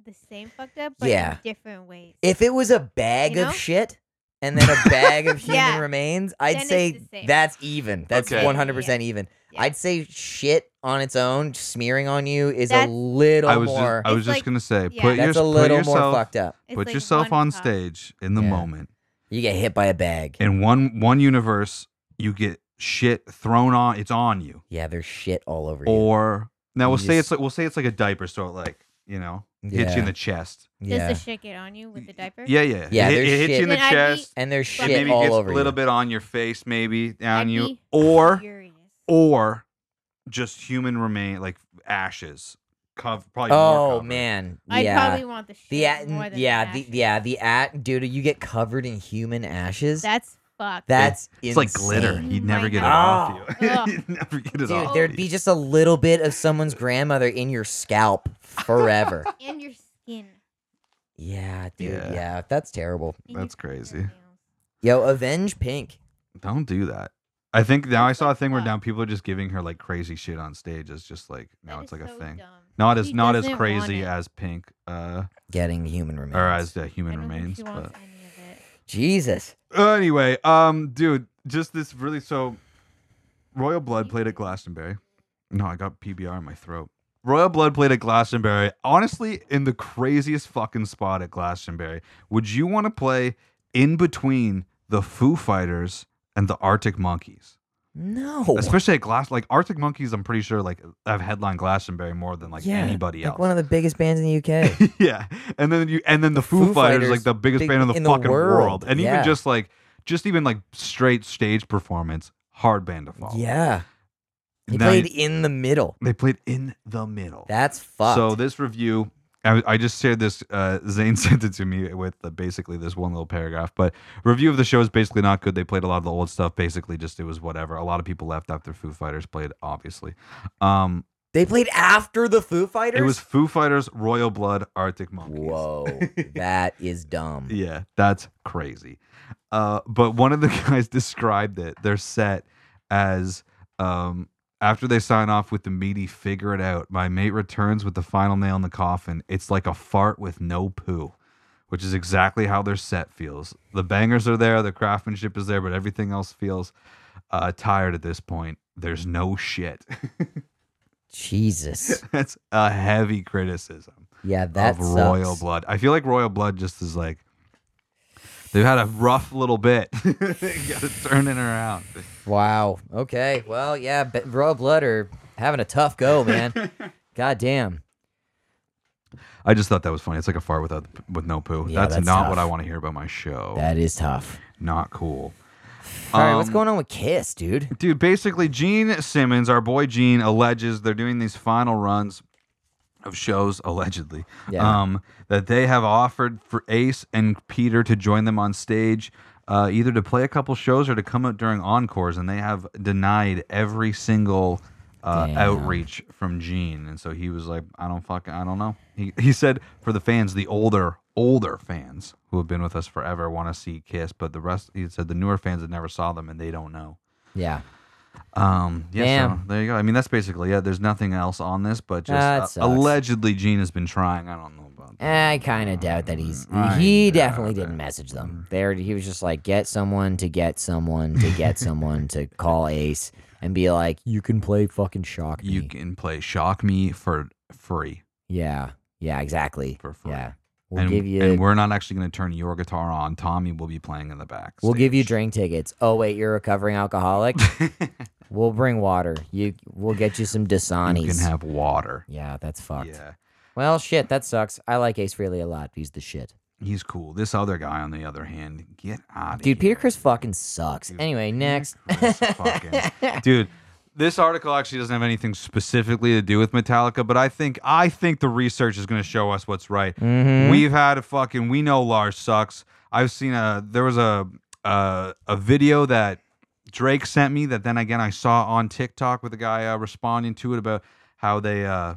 the same fucked up, but Yeah. in different ways. If it was a bag You know? of shit and then a bag of human *laughs* Yeah. remains, I'd Then it's say the same. that's even. That's Okay. 100% even. Yeah. I'd say shit on its own, smearing on you, is That's- a little I was just, more. I was It's just like- gonna say, yeah. put, your, that's a put little yourself, more fucked up. It's, put like, yourself one on pop. stage in the Yeah. moment. You get hit by a bag. In one one universe, you get shit thrown on. It's on you. Yeah, there's shit all over you. Or now You we'll say just- it's like we'll say it's like a diaper store, like you know, hits you Yeah. in the chest. Does yeah. the shit get on you with the diaper? Yeah, yeah, Yeah, It, hit- there's it hits you shit. in the Then I'd be- chest. and there's It shit maybe all gets over a little you. bit on your face, maybe down I'd you, be or furious. or just human remain like ashes. Cov- probably more Oh covered. man, I'd yeah. probably want the shit the at, more than yeah, the, the, ashes. yeah, the at, dude, you get covered in human ashes. That's fucked. That's It's like glitter. insane. Oh You'd never My get it God. off you. *laughs* Ugh. You'd never get it Dude, off. there'd you. be just a little bit of someone's grandmother in your scalp forever. *laughs* and your skin. yeah, dude. Yeah. Yeah. that's terrible. and your That's crazy. fingernails. Yo, avenge Pink. Don't do that. I think now I saw a thing where fucked now up. people are just giving her like crazy shit on stage. It's just like now That it's is like a so thing. dumb. Not as She not as doesn't crazy want it. as Pink, uh, Getting human remains. or as the I human don't think remains. she But wants any of it. Jesus. anyway, um, dude, just this really so. Royal Blood played at Glastonbury. No, I got PBR in my throat. Royal Blood played at Glastonbury. Honestly, in the craziest fucking spot at Glastonbury. Would you want to play in between the Foo Fighters and the Arctic Monkeys? No. Especially at Glass, like Arctic Monkeys, I'm pretty sure like have headlined Glastonbury more than like Yeah, anybody like else. one of the biggest bands in the UK. *laughs* yeah, and then you and then the Foo, Foo Fighters, Fighters, like the biggest big- band in the in the fucking world. world, and yeah. even just like just even like straight stage performance, hard band to follow. yeah. He Now you- played in the middle. they played in the middle. That's fucked. So this review, I, I just shared this. Uh, Zane *laughs* sent it to me with uh, basically this one little paragraph. But review of the show is basically not good. They played a lot of the old stuff. Basically, just it was whatever. A lot of people left after Foo Fighters played, obviously. Um, they played after the Foo Fighters? it was Foo Fighters, Royal Blood, Arctic Monkeys. Whoa. *laughs* that is dumb. Yeah, that's crazy. Uh, but one of the *laughs* guys described it, their set, as um, after they sign off with the meaty, figure it out. My mate returns with the final nail in the coffin. It's like a fart with no poo, which is exactly how their set feels. The bangers are there, the craftsmanship is there, but everything else feels uh, tired at this point. There's no shit. *laughs* Jesus. that's a heavy criticism Yeah, that of Royal sucks. Blood. I feel like Royal Blood just is like they've had a rough little bit. *laughs* Got to turn it around. Wow. Okay. Well, yeah, but Royal Blood are having a tough go, *laughs* man. God damn. I just thought that was funny. It's like a fart without with no poo. Yeah, that's, that's not tough. what I want to hear about my show. That is tough. not cool. All right, what's Um, going on with Kiss, dude? Dude, basically, Gene Simmons, our boy Gene, alleges they're doing these final runs of shows, allegedly, Yeah. um, that they have offered for Ace and Peter to join them on stage, uh, either to play a couple shows or to come out during encores, and they have denied every single uh, Damn. outreach from Gene. And so he was like, I don't fuck, I don't know. He, he said, for the fans, the older, older fans who have been with us forever want to see Kiss, but the rest, he said, the newer fans that never saw them and they don't know. Yeah. Um, yeah, so Damn. there you go. I mean, that's basically it. There's nothing else on this, but just That uh, sucks. allegedly Gene has been trying. I don't know about that. I kind of doubt that he's. I He doubt definitely didn't message them. There, he was just like, get someone to get someone to *laughs* get someone to call Ace and be like, you can play fucking shock me. You can play Shock Me for free. yeah, yeah, exactly. For free. Yeah, we'll and, give you. and we're not actually going to turn your guitar on. Tommy will be playing in the back. we'll give you drink tickets. Oh wait, you're a recovering *laughs* alcoholic. we'll bring water. You. We'll get you some Dasani's. You can have water. yeah, that's fucked. Yeah. Well, shit, that sucks. I like Ace Frehley a lot. He's the shit. He's cool. This other guy, on the other hand, get out of Dude, Peter Chris fucking sucks. Anyway, next. This *laughs* fucking- dude. This article actually doesn't have anything specifically to do with Metallica, but I think I think the research is going to show us what's right. Mm-hmm. We've had a fucking we know Lars sucks. I've seen a there was a a, a video that Drake sent me that then again I saw on TikTok with a guy uh, responding to it about how they uh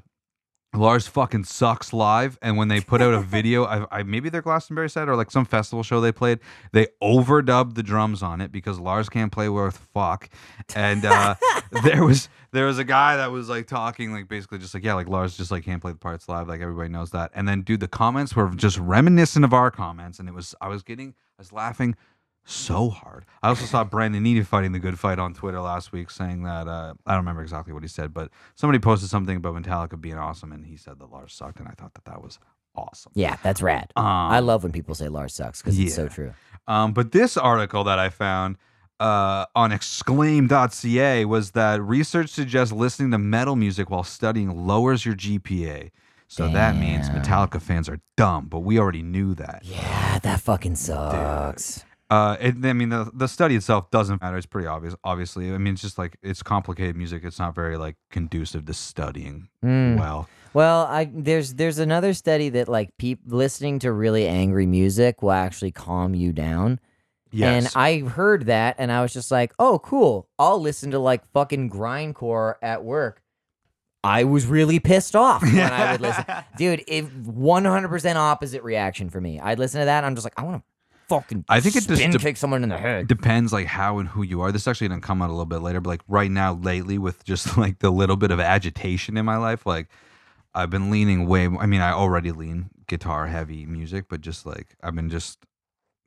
Lars fucking sucks live, and when they put out a video, I, I maybe their Glastonbury set or like some festival show they played, they overdubbed the drums on it because Lars can't play worth fuck, *laughs* and uh, there was there was a guy that was like talking like basically just like yeah like Lars just like can't play the parts live like everybody knows that, and then dude the comments were just reminiscent of our comments, and it was I was getting I was laughing so hard. I also saw Brandon Needy fighting the good fight on Twitter last week, saying that uh, I don't remember exactly what he said, but somebody posted something about Metallica being awesome, and he said that Lars sucked, and I thought that that was awesome. yeah, that's rad. Um, I love when people say Lars sucks because it's so yeah. true. Um, but this article that I found uh, on exclaim.ca was that research suggests listening to metal music while studying lowers your GPA. So that means Damn. Metallica fans are dumb, but we already knew that. Yeah, that fucking sucks. Uh, it, I mean, the, the study itself doesn't matter. It's pretty obvious, obviously. I mean, it's just like it's complicated music. It's not very like conducive to studying Mm. well. Well, I there's there's another study that like peop, listening to really angry music will actually calm you down. Yes. And I heard that and I was just like, "Oh, cool. I'll listen to like fucking grindcore at work." I was really pissed off when I would *laughs* listen. Dude, it 100% opposite reaction for me. I'd listen to that and I'm just like, "I want to fucking I think it just spin de- kick someone in the head." depends like how and who you are. This actually didn't come out a little bit later, but like right now, lately, with just *laughs* like the little bit of agitation in my life, like I've been leaning way. I mean, I already lean guitar heavy music, but just like I've been just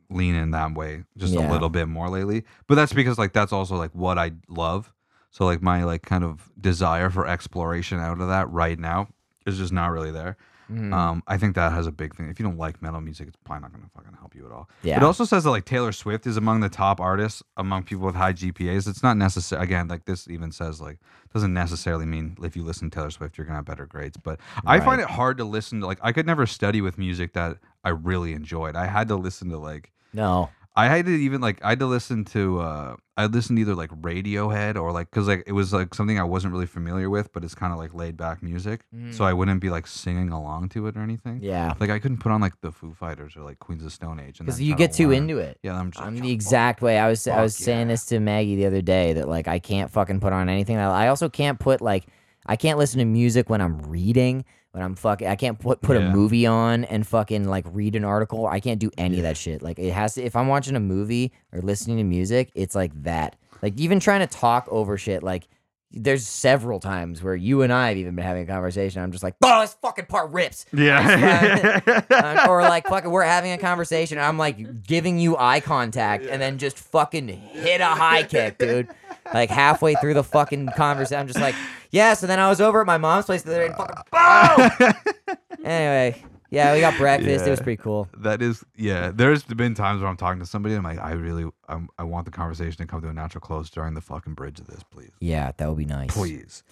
leaning that way just Yeah. a little bit more lately. But that's because like that's also like what I love. So like my like kind of desire for exploration out of that right now is just not really there. Mm. Um, I think that has a big thing. If you don't like metal music, it's probably not going to fucking help you at all. Yeah. It also says that like Taylor Swift is among the top artists among people with high GPAs. It's not necessary. Again, like this even says like doesn't necessarily mean if you listen to Taylor Swift you're gonna have better grades. But I find it hard to listen to like I could never study with music that I really enjoyed. I had to listen to like no. I had to even like I had to listen to uh I listened to either like Radiohead or like because like it was like something I wasn't really familiar with, but it's kind of like laid back music, so I wouldn't be like singing along to it or anything. Mm. Yeah. Like I couldn't put on like the Foo Fighters or like Queens of Stone Age, and Because then you try to get too learn. into it. Yeah, I'm just. I'm like, the "Oh, *laughs* exact way. I was I was fuck saying yeah." this to Maggie the other day that like I can't fucking put on anything. I, I also can't put like I can't listen to music when I'm reading. When I'm fucking, I can't put put Yeah. a movie on and fucking like read an article. I can't do any of that shit. Like it has to. If I'm watching a movie or listening to music, it's like that. Like even trying to talk over shit. Like there's several times where you and I have even been having a conversation. I'm just like, oh, this fucking part rips. *laughs* Yeah. Uh, or like fucking we're having a conversation and I'm like giving you eye contact and then just fucking hit a high kick, dude. Like halfway through the fucking conversation, I'm just like, yeah. So then I was over at my mom's place the other day and fucking boom. anyway, Yeah, we got breakfast. It was Yeah. pretty cool. That is, yeah. There's been times where I'm talking to somebody and I'm like, I really, i I want the conversation to come to a natural close during the fucking bridge of this, please. Yeah, that would be nice. Please.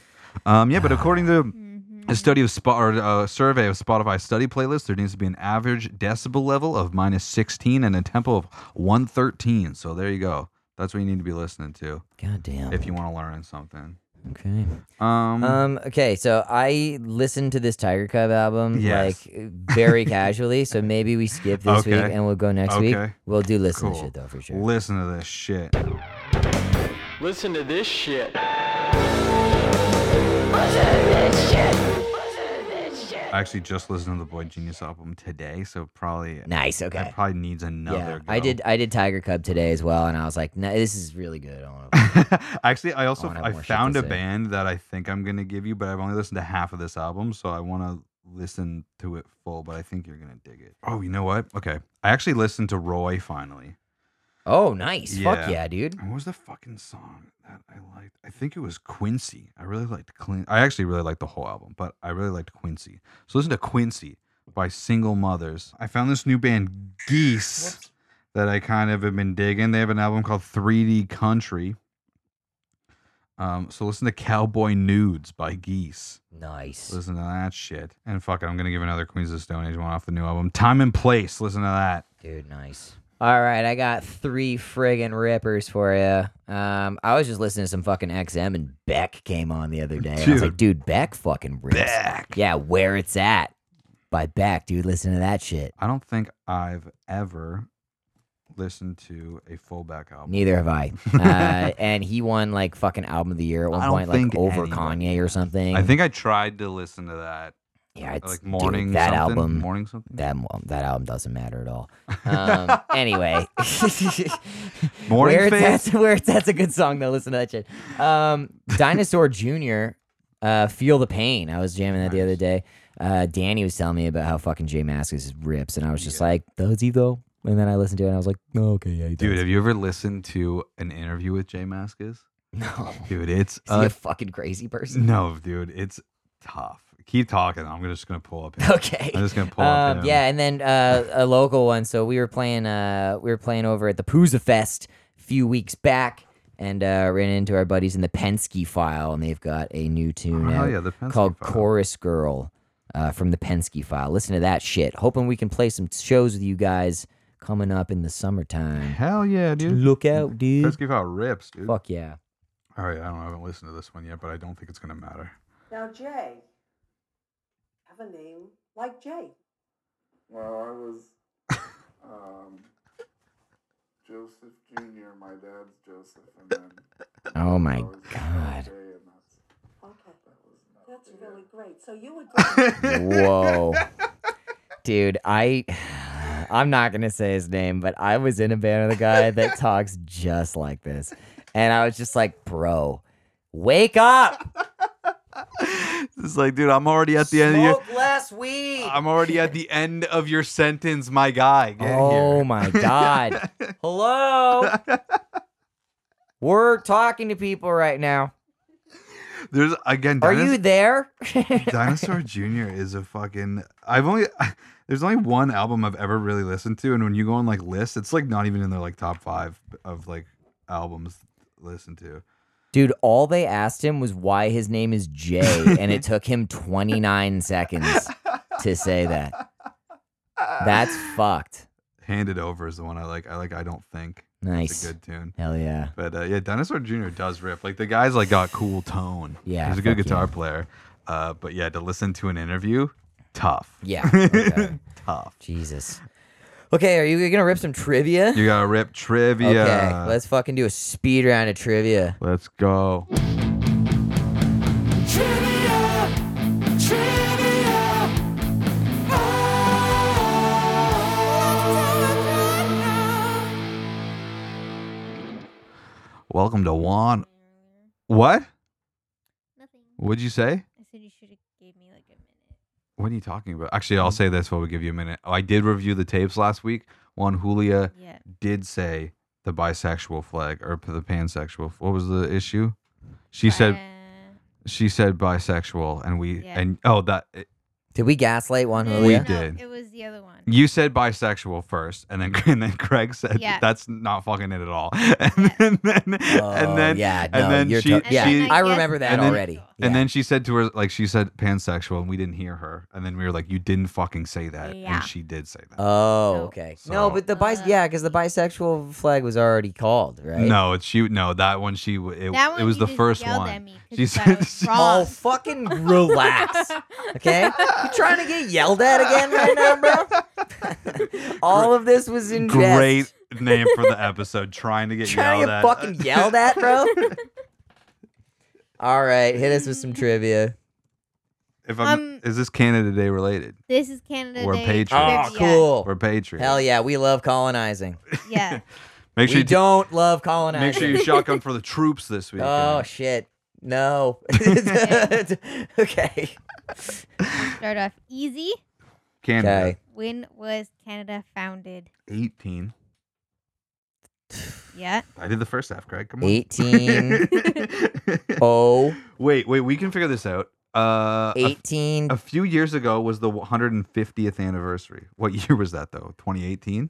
Um, yeah, *sighs* but according to Mhm. a study of spot or a survey of Spotify study playlists, there needs to be an average decibel level of minus 16 and a tempo of 113. So there you go. That's what you need to be listening to God damn. if you want to learn something. Okay. Um, Um. Okay. So I listened to this Tiger Cub album Yes. like very casually. So maybe we skip this week Okay. and we'll go next week. Okay. We'll do listen cool. to shit though for sure. Listen to this shit. Listen to this shit. I actually just listened to the Boy Genius album today, so probably nice. Okay. that probably needs another. yeah. I go. did. I did Tiger Cub today as well, and I was like, nah, this is really good. I *laughs* wanna- Actually, I also wanna have I more shit to found a say. band that I think I'm gonna give you, but I've only listened to half of this album, so I want to listen to it full. But I think you're gonna dig it. Oh, you know what? Okay, I actually listened to Roy finally. oh, nice. Fuck Yeah. yeah, dude. What was the fucking song that I liked? I think it was Quincy. I really liked Quincy. I actually really liked the whole album, but I really liked Quincy. So listen to Quincy by Single Mothers. I found this new band Geese that I kind of have been digging. They have an album called 3D Country. Um, so listen to Cowboy Nudes by Geese. Nice. Listen to that shit. And fuck it, I'm gonna give another Queens of the Stone Age one off the new album. Time and Place. Listen to that. Dude, nice. All right, I got three friggin' rippers for you. Um, I was just listening to some fucking XM and Beck came on the other day. and I was like, dude, Beck fucking rips. Back. Yeah, where it's at by Beck, dude. Listen to that shit. I don't think I've ever listened to a fullback album. Neither have *laughs* I. Uh, and he won like fucking album of the year at one I don't point, like think over anybody Kanye or something. I think I tried to listen to that yeah, it's like dude, morning that something, album. morning something that mo- that album doesn't matter at *laughs* all. Um, anyway, Morning where *laughs* it's Face? at, where it's at's a good song though. Listen to that shit. Um, Dinosaur Junior, uh, feel the pain. I was jamming that the other day. Uh, Danny was telling me about how fucking Jay Mascis rips, and I was just like, "Does he though?" And then I listened to it, and I was like, "Oh, okay, yeah, he does." Dude, have you ever listened to an interview with Jay Mascis? no, is Dude, it's he uh, a fucking crazy *laughs* person? no, dude, it's tough. Keep talking. I'm just gonna pull up. him. Okay. I'm just gonna pull up. Um, him. yeah, and then uh, a local one. So we were playing, uh, we were playing over at the Pooza Fest a few weeks back, and uh, ran into our buddies in the Penske File, and they've got a new tune Oh, out yeah, the Penske called File. Chorus Girl uh, from the Penske File. Listen to that shit. Hoping we can play some shows with you guys coming up in the summertime. Hell yeah, dude. Look out, dude! Pesky File rips, dude. Fuck yeah! All right, I don't. know, I haven't listened to this one yet, but I don't think it's gonna matter. Now, Jay, have a name like Jay. Well, I was um, Joseph Jr. My dad's Joseph, and then Oh I my was god! Jay, and that's Okay, that's really great. So you agree? Whoa. Dude, I *sighs* I'm not gonna say his name, but I was in a band with a guy *laughs* that talks just like this. And I was just like, bro, wake *laughs* up. It's like, dude, I'm already at the end of your. Smoke less weed. I'm already at the end of your sentence, my guy. Get oh here. my *laughs* god. Hello. We're talking to people right now. There's again. Are dinos- you there? *laughs* Dinosaur Jr. is a fucking. I've only. *laughs* There's only one album I've ever really listened to, and when you go on like lists, it's like not even in their like top five of like albums listened to. Dude, all they asked him was why his name is Jay, and *laughs* it took him 29 seconds to say that. That's fucked. Handed Over is the one I like. I like. I don't think. It's Nice. a good tune. Hell yeah. But uh, yeah, Dinosaur Jr. does riff. Like the guy's like got cool tone. Yeah, he's a good fuck guitar yeah. player. Uh, but yeah, to listen to an interview, tough. Yeah. *laughs* Okay. tough. Jesus. Okay, are you gonna rip some trivia? You gotta rip trivia. Okay, let's fucking do a speed round of trivia. Let's go. Welcome to Juan. What? Nothing. What'd you say? I said you should have gave me like a minute. What are you talking about? Actually, I'll say this while we give you a minute. I did review the tapes last week. Juan Julia Yeah. did say the bisexual flag or the pansexual. What was the issue? She said Uh, she said bisexual, and we Yeah. and oh that Did we gaslight one, No, no, Julia? no, did. It was the other one. You said bisexual first, and then *laughs* and then Craig said Yeah. that's not fucking it at all. *laughs* And then, Oh, and then yeah, and no, then you're she, tot- yeah, she I remember guess that And then- already. and Yeah. then she said to her like she said pansexual, and we didn't hear her. And then we were like, you didn't fucking say that, Yeah. and she did say that. Oh, So- okay. no, So- but the bis Uh, yeah, because the bisexual flag was already called, right? No, it's she. No, that one she. w- It, That one it was you the just first yelled one. at me 'cause she you thought I said. was *laughs* she- *laughs* wrong. Oh, fucking relax. Okay, you trying to get yelled at again right now, bro? *laughs* All of this was in jest. Great *laughs* name for *laughs* the episode. Trying to get Trying to yelled get at. fucking yelled at, bro. All right, hit us with some trivia. *laughs* if I'm, Um, is this Canada Day related This is Canada We're Day. patriots. Oh, trivia. cool. or Patriot? Hell yeah, we love colonizing. Yeah. Make sure we you t- don't love colonizing. make sure *laughs* you shotgun for the troops this week. Oh shit. No. *laughs* okay. Start off easy. Canada Okay. When was Canada founded? 18. Yeah. I did the first half, Greg. Come on. 18 *laughs* oh wait, wait. We can figure this out. Uh, a, 18 a few years ago was the 150th anniversary. What year was that though? 2018.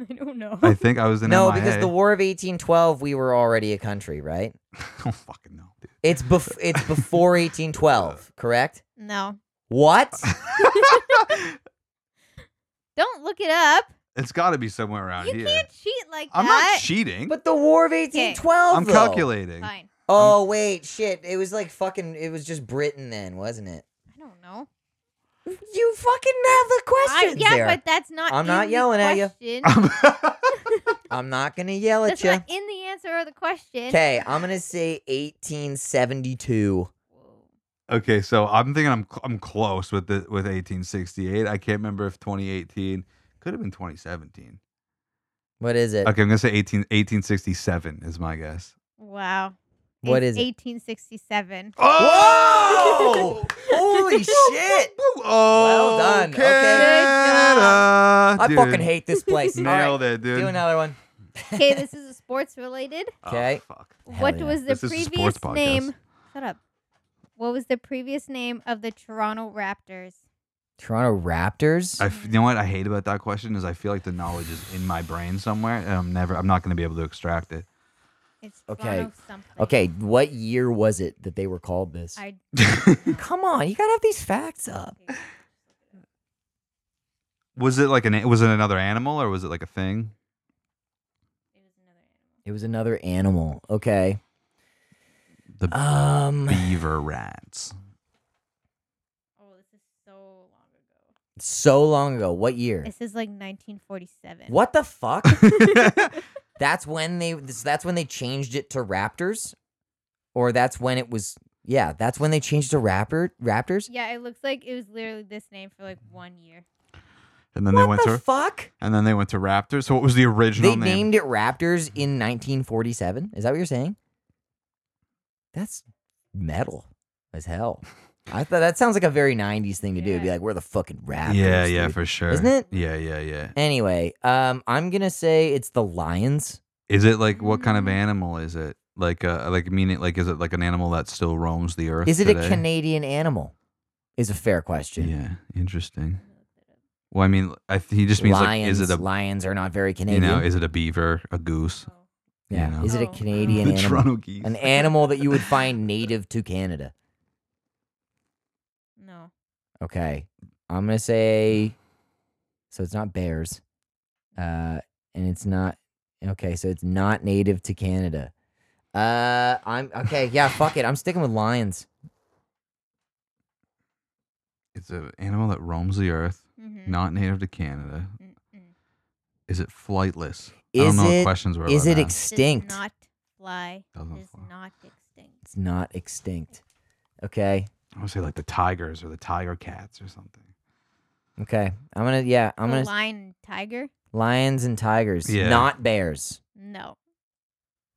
*laughs* I don't know. *laughs* I think I was in No, MIA. because *laughs* the War of 1812 we were already a country, right? don't Oh, fucking know, dude. It's *laughs* bef- it's before 1812, correct? No. *laughs* What? Don't look it up. It's got to be somewhere around You here. can't cheat like I'm that. not cheating. But the War of 1812 I'm though. calculating. Fine. Oh wait, shit. It was like fucking it was just Britain then, wasn't it? I don't know. You fucking have the I, questions yeah, there. but that's not. I'm in not the yelling at you. *laughs* question. I'm not going to yell at That's you. not in the answer or the question. Okay, I'm gonna say 1872. Whoa. *laughs* okay, so I'm thinking I'm cl- I'm close with the with 1868. I can't remember if 2018 could have been 2017. What is it? Okay, I'm gonna say 18 1867 is my guess. Wow. What It's is it? *laughs* 1867. *laughs* Whoa! Holy shit! Oh, done. Okay. Good Canada, I dude. fucking hate this place. All right, Nailed it, dude. do another one. *laughs* Okay, this is a sports related. Okay. Oh, fuck. Hell what yeah. was the This is a previous sports podcast. name? Shut up. What was the previous name of the Toronto Raptors? Toronto Raptors? I f- you know what I hate about that question is I feel like the knowledge is in my brain somewhere and I'm never I'm not going to be able to extract it. It's Okay. Toronto something. Okay, what year was it that they were called this? *laughs* I Come on, you gotta have these facts up. was it like an was it another animal or was it like *laughs* a thing? It was another animal. Okay. The Um, beaver rats. Oh, this is so long ago. so long ago. What year? This is like 1947. What the *laughs* fuck? that's when they that's when they changed it to Raptors? Or that's when it was yeah, that's when they changed to Raptor Raptors? Yeah, it looks like it was literally this name for like one year. And then they went what the to fuck? and then they went to raptors. So what was the original They name? named it Raptors in 1947. Is that what you're saying? That's metal as hell. I thought that sounds like a very 90s thing to do. Be Yeah. like, we're the fucking Raptors. yeah, yeah, dude." for sure. Isn't it? Yeah, yeah, yeah. Anyway, um, I'm gonna say it's the Lions. Is it like what kind of Mm. animal is it? Like uh like meaning like is it like an animal that still roams the earth? Is it today? a Canadian animal? Is a fair question. Yeah, interesting. Well, I mean, I th- he just means lions, like is it a lions are not very you Canadian. know is it a beaver, a goose? you yeah. know. Is it a Oh. Canadian *laughs* the animal? Toronto geese. An animal that you would find native to Canada. No. Okay. I'm gonna say so it's not bears. Uh and it's not okay, so it's not native to Canada. Uh I'm okay, yeah, fuck it. I'm sticking with lions. It's an animal that roams the earth, Mm. Mm-hmm. not native to Canada. Is it flightless? I Is don't know what it questions were. is about it that. extinct? Does not fly. Doesn't is fly. not extinct. it's not extinct. Okay. I want to say like the tigers or the tiger cats or something. Okay. I'm gonna yeah, I'm The gonna lion and tiger? lions and tigers. Yeah. Not bears. No.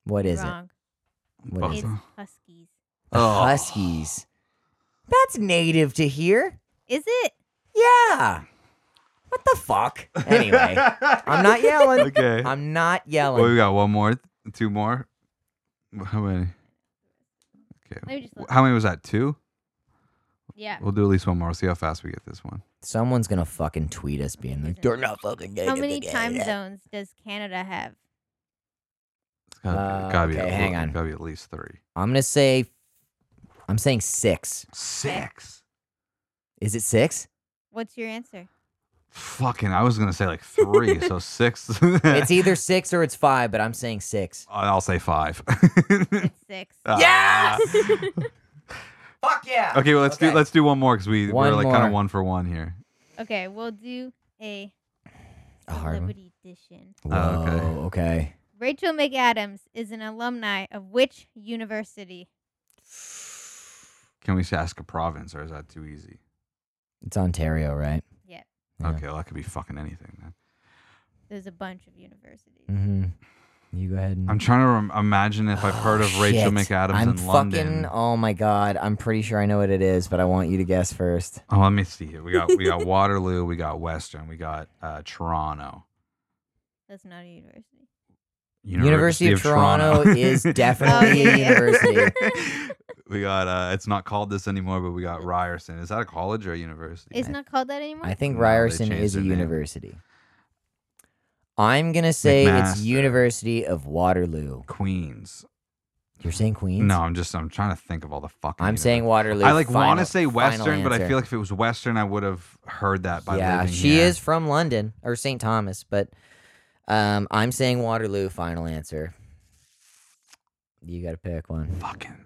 What is wrong. it? What is It's it? *laughs* Buffalo. huskies. The Oh. Huskies. That's native to here. Is it? Yeah. What the fuck? Anyway, *laughs* I'm *laughs* not yelling. Okay. I'm *laughs* not well, we yelling. got one more, th- two more. How many? Let me Okay. just look. How many was that? Two. Yeah. We'll do at least one more. We'll see how fast we get this one. Someone's gonna fucking tweet us being like, "They're not fucking gay." How many time zones does Canada have? It's gotta, Uh, gotta be okay, at, hang least- on. Gotta be at least three. I'm gonna say, I'm saying six. Six. Is it *laughs* six? What's *laughs* your answer? Fucking, I was gonna say like three, so six. It's e- either six or it's five, but I'm saying six. *laughs* I'll say five. *laughs* It's six. Uh. yes. Fuck yeah. *laughs* Okay, well let's do let's do one more because we One we're like kind more. of one for one here. Okay, we'll do a A hard one. celebrity edition. Oh, okay. Whoa, okay. Rachel McAdams is an alumni of which university? Can we just ask a province or is that too easy? It's Ontario, right? Yep. Yeah. Okay, well that could be fucking anything then. There's a bunch of universities. Mm. Mm-hmm. You go ahead. And... I'm trying to rem- imagine if I've heard Oh, of Rachel shit. McAdams I'm in fucking, London. Oh my god, I'm pretty sure I know what it is, but I want you to guess first. Oh, let me see here. We got we got Waterloo, we got Western, we got uh, Toronto. That's not a university. University of Toronto is *laughs* definitely Oh, yeah, a yeah. university. *laughs* we got uh, it's not called this anymore, but we got Ryerson. Is that a college or a university? It's not called that anymore? I think No, they Ryerson is changed a their name. university. I'm gonna say it's McMaster. University of Waterloo. Queens. You're saying Queens? No, I'm just I'm trying to think of all the fucking. I'm saying universities. Waterloo. I like want Final- to say final Western, but I answer. feel like if it was Western, I would have heard that by yeah, living she here. is from London or St. Thomas, but um, I'm saying Waterloo. Final answer. You got to pick one. fucking.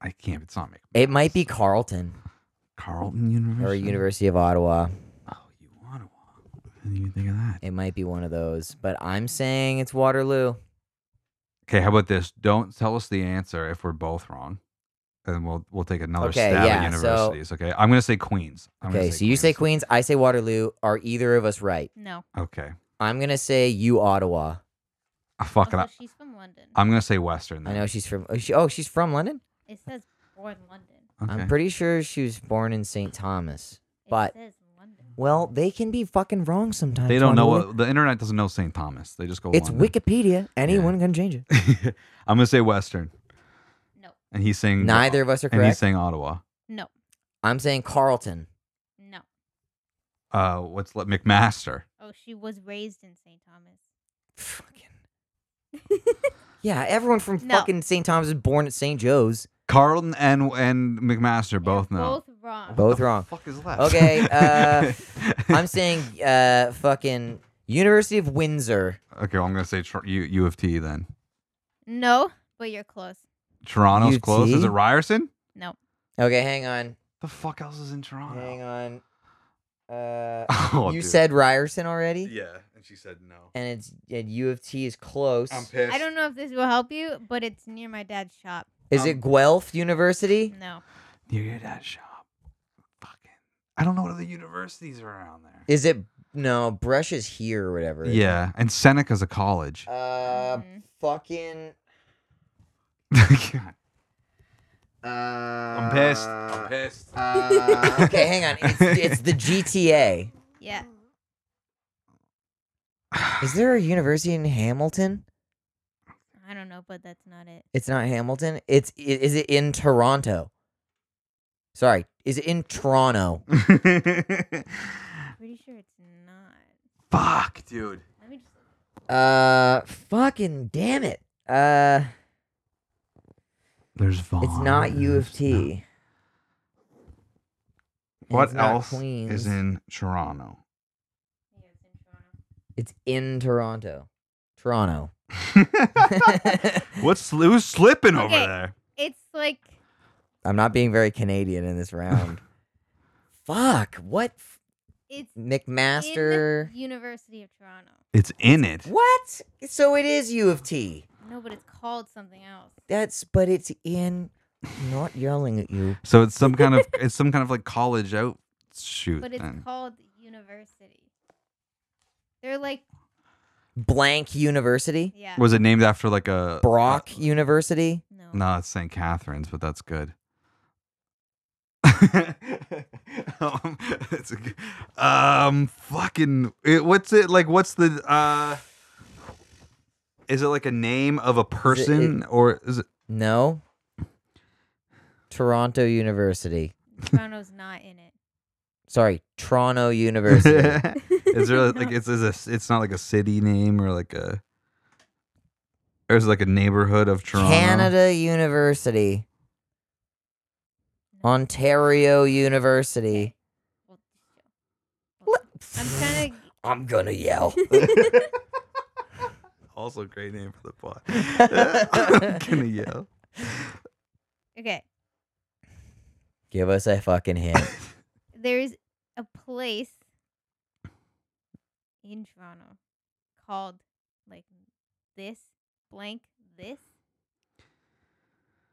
I can't. It's not Mc- It might be Carleton Carleton University *laughs* or University of Ottawa. Oh, you want to? Didn't even think of that. It might be one of those, but I'm saying it's Waterloo. Okay, how about this? Don't tell us the answer if we're both wrong. And we'll we'll take another Okay, stab at yeah, so- universities. okay, I'm gonna say Queens. I'm gonna Okay, so you say Queens, Queens. I say Waterloo. Are either of us right? No. Okay, Ah, I'm gonna say you Ottawa. I fucking. Also, she's from London. I'm gonna say Western. I Then. know she's from. Oh, she, oh she's from London. it says born London. Okay. I'm pretty sure she was born in St. Thomas. It But- says London. Well, they can be fucking wrong sometimes. They don't know Honolulu. what the internet doesn't know. St. Thomas. They just go. It's London. Wikipedia. Anyone can change it. *laughs* I'm gonna say Western, No. and he's saying Neither of us are and he's correct. saying Ottawa. No. I'm saying Carlton. No. Uh, what's le- McMaster? Oh, she was raised in St. Thomas. *laughs* Fucking. yeah, everyone from No. fucking St. Thomas is born at St. Joe's. Carlton and and McMaster You're both know. Both wrong. Both wrong. Fuck is left. Okay, *laughs* uh, I'm saying uh, fucking University of Windsor. okay. Well, I'm gonna say Tor- U U of T then. No, but you're close. Toronto's UT? close. Is it Ryerson? No. Okay, hang on. The fuck else is in Toronto? Hang on. Uh, *laughs* Oh, you dude. said Ryerson already? yeah, and she said no. And it's and U of T is close. I'm pissed. I don't know if this will help you, but it's near my dad's shop. Is it Guelph University? No. Near your dad's shop. Fucking. I don't know what other universities are around there. Is it no? Brush is here or whatever. it is. yeah, and Seneca's a college. *laughs* Uh, Mhm. fucking. God, Uh, *laughs* I'm pissed. I'm pissed. Uh, *laughs* okay, hang on. It's, it's the GTA. Yeah. Is there a university in Hamilton? I don't know, but that's not it. It's not Hamilton. It's i- is it in Toronto? Sorry, is it in Toronto? Pretty sure it's not. Fuck, dude. Let me just look. Uh, fucking damn it. Uh, *laughs* There's Vaughn. it's not U of there's- T. and What it's not else Queens. is in *laughs* Toronto? *laughs* Yeah, it's in Toronto. It's in Toronto. Toronto. *laughs* What's who's slipping over Okay. there? It's like I'm not being very Canadian in this round. Fuck. What? f- it's in McMaster. University of Toronto. It's in it. What? So it is U of T. No, but it's called something else. That's, but it's in. I'm Not yelling at you. So it's some *laughs* kind of it's some kind of like college outshoot. But it's then. called university. They're like Blank University. yeah. Was it named after like a Brock Uh, University. no. *laughs* No, it's St. Catherine's, but that's good. *laughs* um, it's a g- um, fucking. It, what's it like? What's the? uh Is it like a name of a person, or is it? No. Toronto University. Toronto's not in it. Sorry, Toronto University. is *laughs* there like it's is a, it's not like a city name or like a or is it like a neighborhood of *laughs* Toronto? Canada University. Ontario University. Well, I'm kind of. *laughs* I'm gonna yell. Also, great name for the pod. *laughs* I'm gonna yell. Okay. Give us a fucking hint. There's a place in Toronto called like this blank this.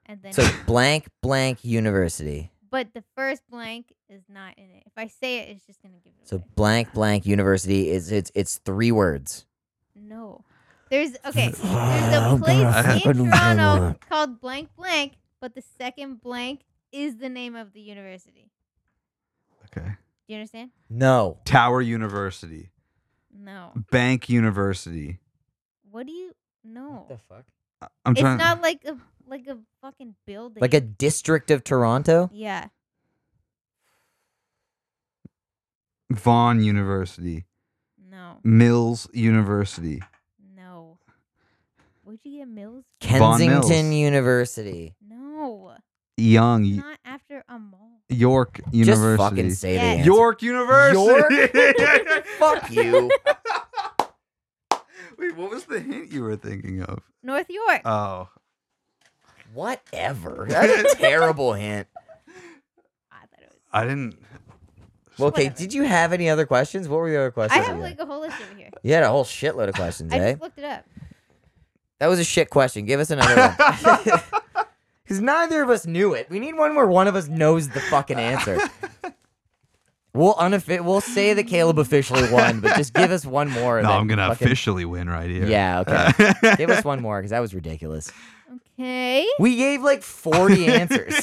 And then So blank blank university. but the first blank is not in it. If I say it, it's just gonna give it So away. blank blank university is it's it's three words. No. There's okay. There's a place in Toronto called blank blank, but the second blank is the name of the university. Okay. Do you understand? No. Tower University, No. Mm. Bank University. What do you no? fuck? I'm It's trying. not like a like a fucking building. Like a district of Toronto? yeah. Vaughan University, No. Mills University. No. Would you get Mills? Vaughan Mills. Kensington University. No. Young Not after a mall. York Just fucking University. say the Yes. answer. York University. *laughs* fuck you. *laughs* Wait, what was the hint you were thinking of? North York. Oh, Whatever. That's a terrible *laughs* hint. I thought it was. I didn't. Well, okay, Whatever. did you have any other questions? What were the other I questions? have you, like had? a whole list over here. You had a whole shitload of questions, I eh? just looked it up. That was a shit question. Give us another one. Because neither of us knew it. We need one where one of us knows the fucking answer. We'll unoffi- We'll say that Caleb officially won, but just give us one more. and No, then I'm gonna fucking- officially win right here. Yeah, okay. *laughs* give us one more because that was ridiculous. Okay. We gave like *laughs* 40 answers.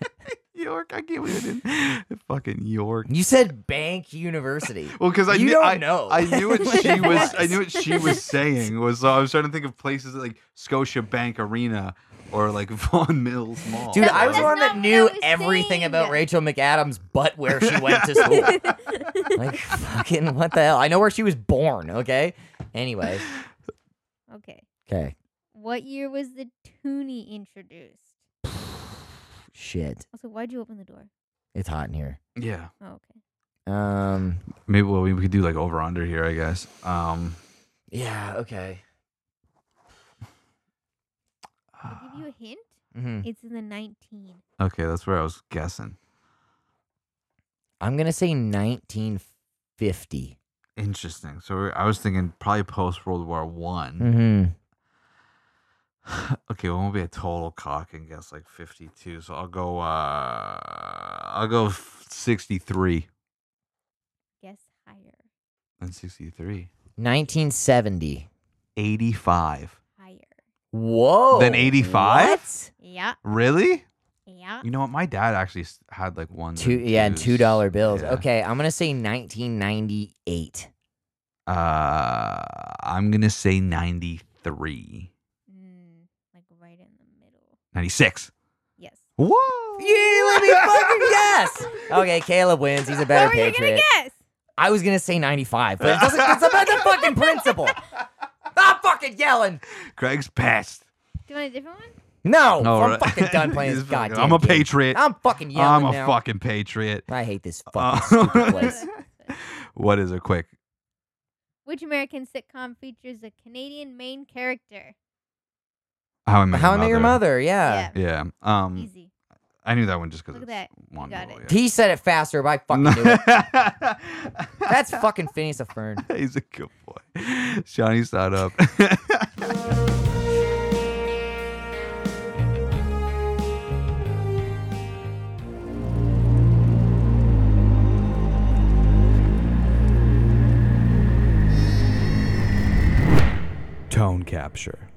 *laughs* York, I can't believe it. didn't- *laughs* Fucking York. you said Bank University. Well, because I You knew don't I, know. I knew what she was. I Yes. knew what she was saying was. So I was trying to think of places like Scotia Bank Arena or like *laughs* Vaughan Mills *laughs* Mall. Dude, No, I was the that's one not that what I knew was everything saying. about Rachel McAdams, but where she went *laughs* to school. like, fucking, what the hell? I know where she was born, okay? Anyway. Okay. Okay. What year was the toonie introduced? Shit. Also, why'd you open the door? It's hot in here. Yeah, Oh, okay. Um. maybe well, we could do like over under here, I guess. Um, Yeah. Okay. I'll give you a hint. hmm It's in the 19. okay, that's where I was guessing. I'm gonna say 1950. Interesting. So we're, I was thinking probably post World War One. Mm-hmm. Okay, well, it won't be a total cock and guess like fifty two. So I'll go. uh I'll go sixty three Guess higher. and sixty three. 1970. 85. Higher. Whoa. Then 85? What? Yeah. Really? Yeah. You know what? My dad actually s- had like one. Two. Yeah, and two dollar bills. Yeah. Okay, I'm gonna say 1998. Uh, I'm going to say 93. Mm, like right in the middle. 96. Yes. Whoa. You didn't let me fucking guess. *laughs* Okay, Caleb wins. *laughs* He's a better what were you patriot. going to guess? I was gonna say 95, but it doesn't, it's about the fucking principle. I'm fucking yelling. Craig's pissed. Do you want a different *laughs* one? No, All Oh, I'm right. fucking *laughs* done playing this He's fucking- goddamn. I'm a game. patriot. I'm fucking yelling I'm a now. fucking patriot. I hate this Uh, fucking stupid place. Whatever. What is it? Quick. Which American sitcom features a Canadian main character? How I met How I your Met Your Mother, yeah. Yeah. Yeah. Um, Easy. I knew that one just because Look at that. You one. got rule, it. yeah. He said it faster, but I fucking knew *laughs* it. That's fucking Phineas the Fern. He's a good boy. Johnny side up. *laughs* Tone capture.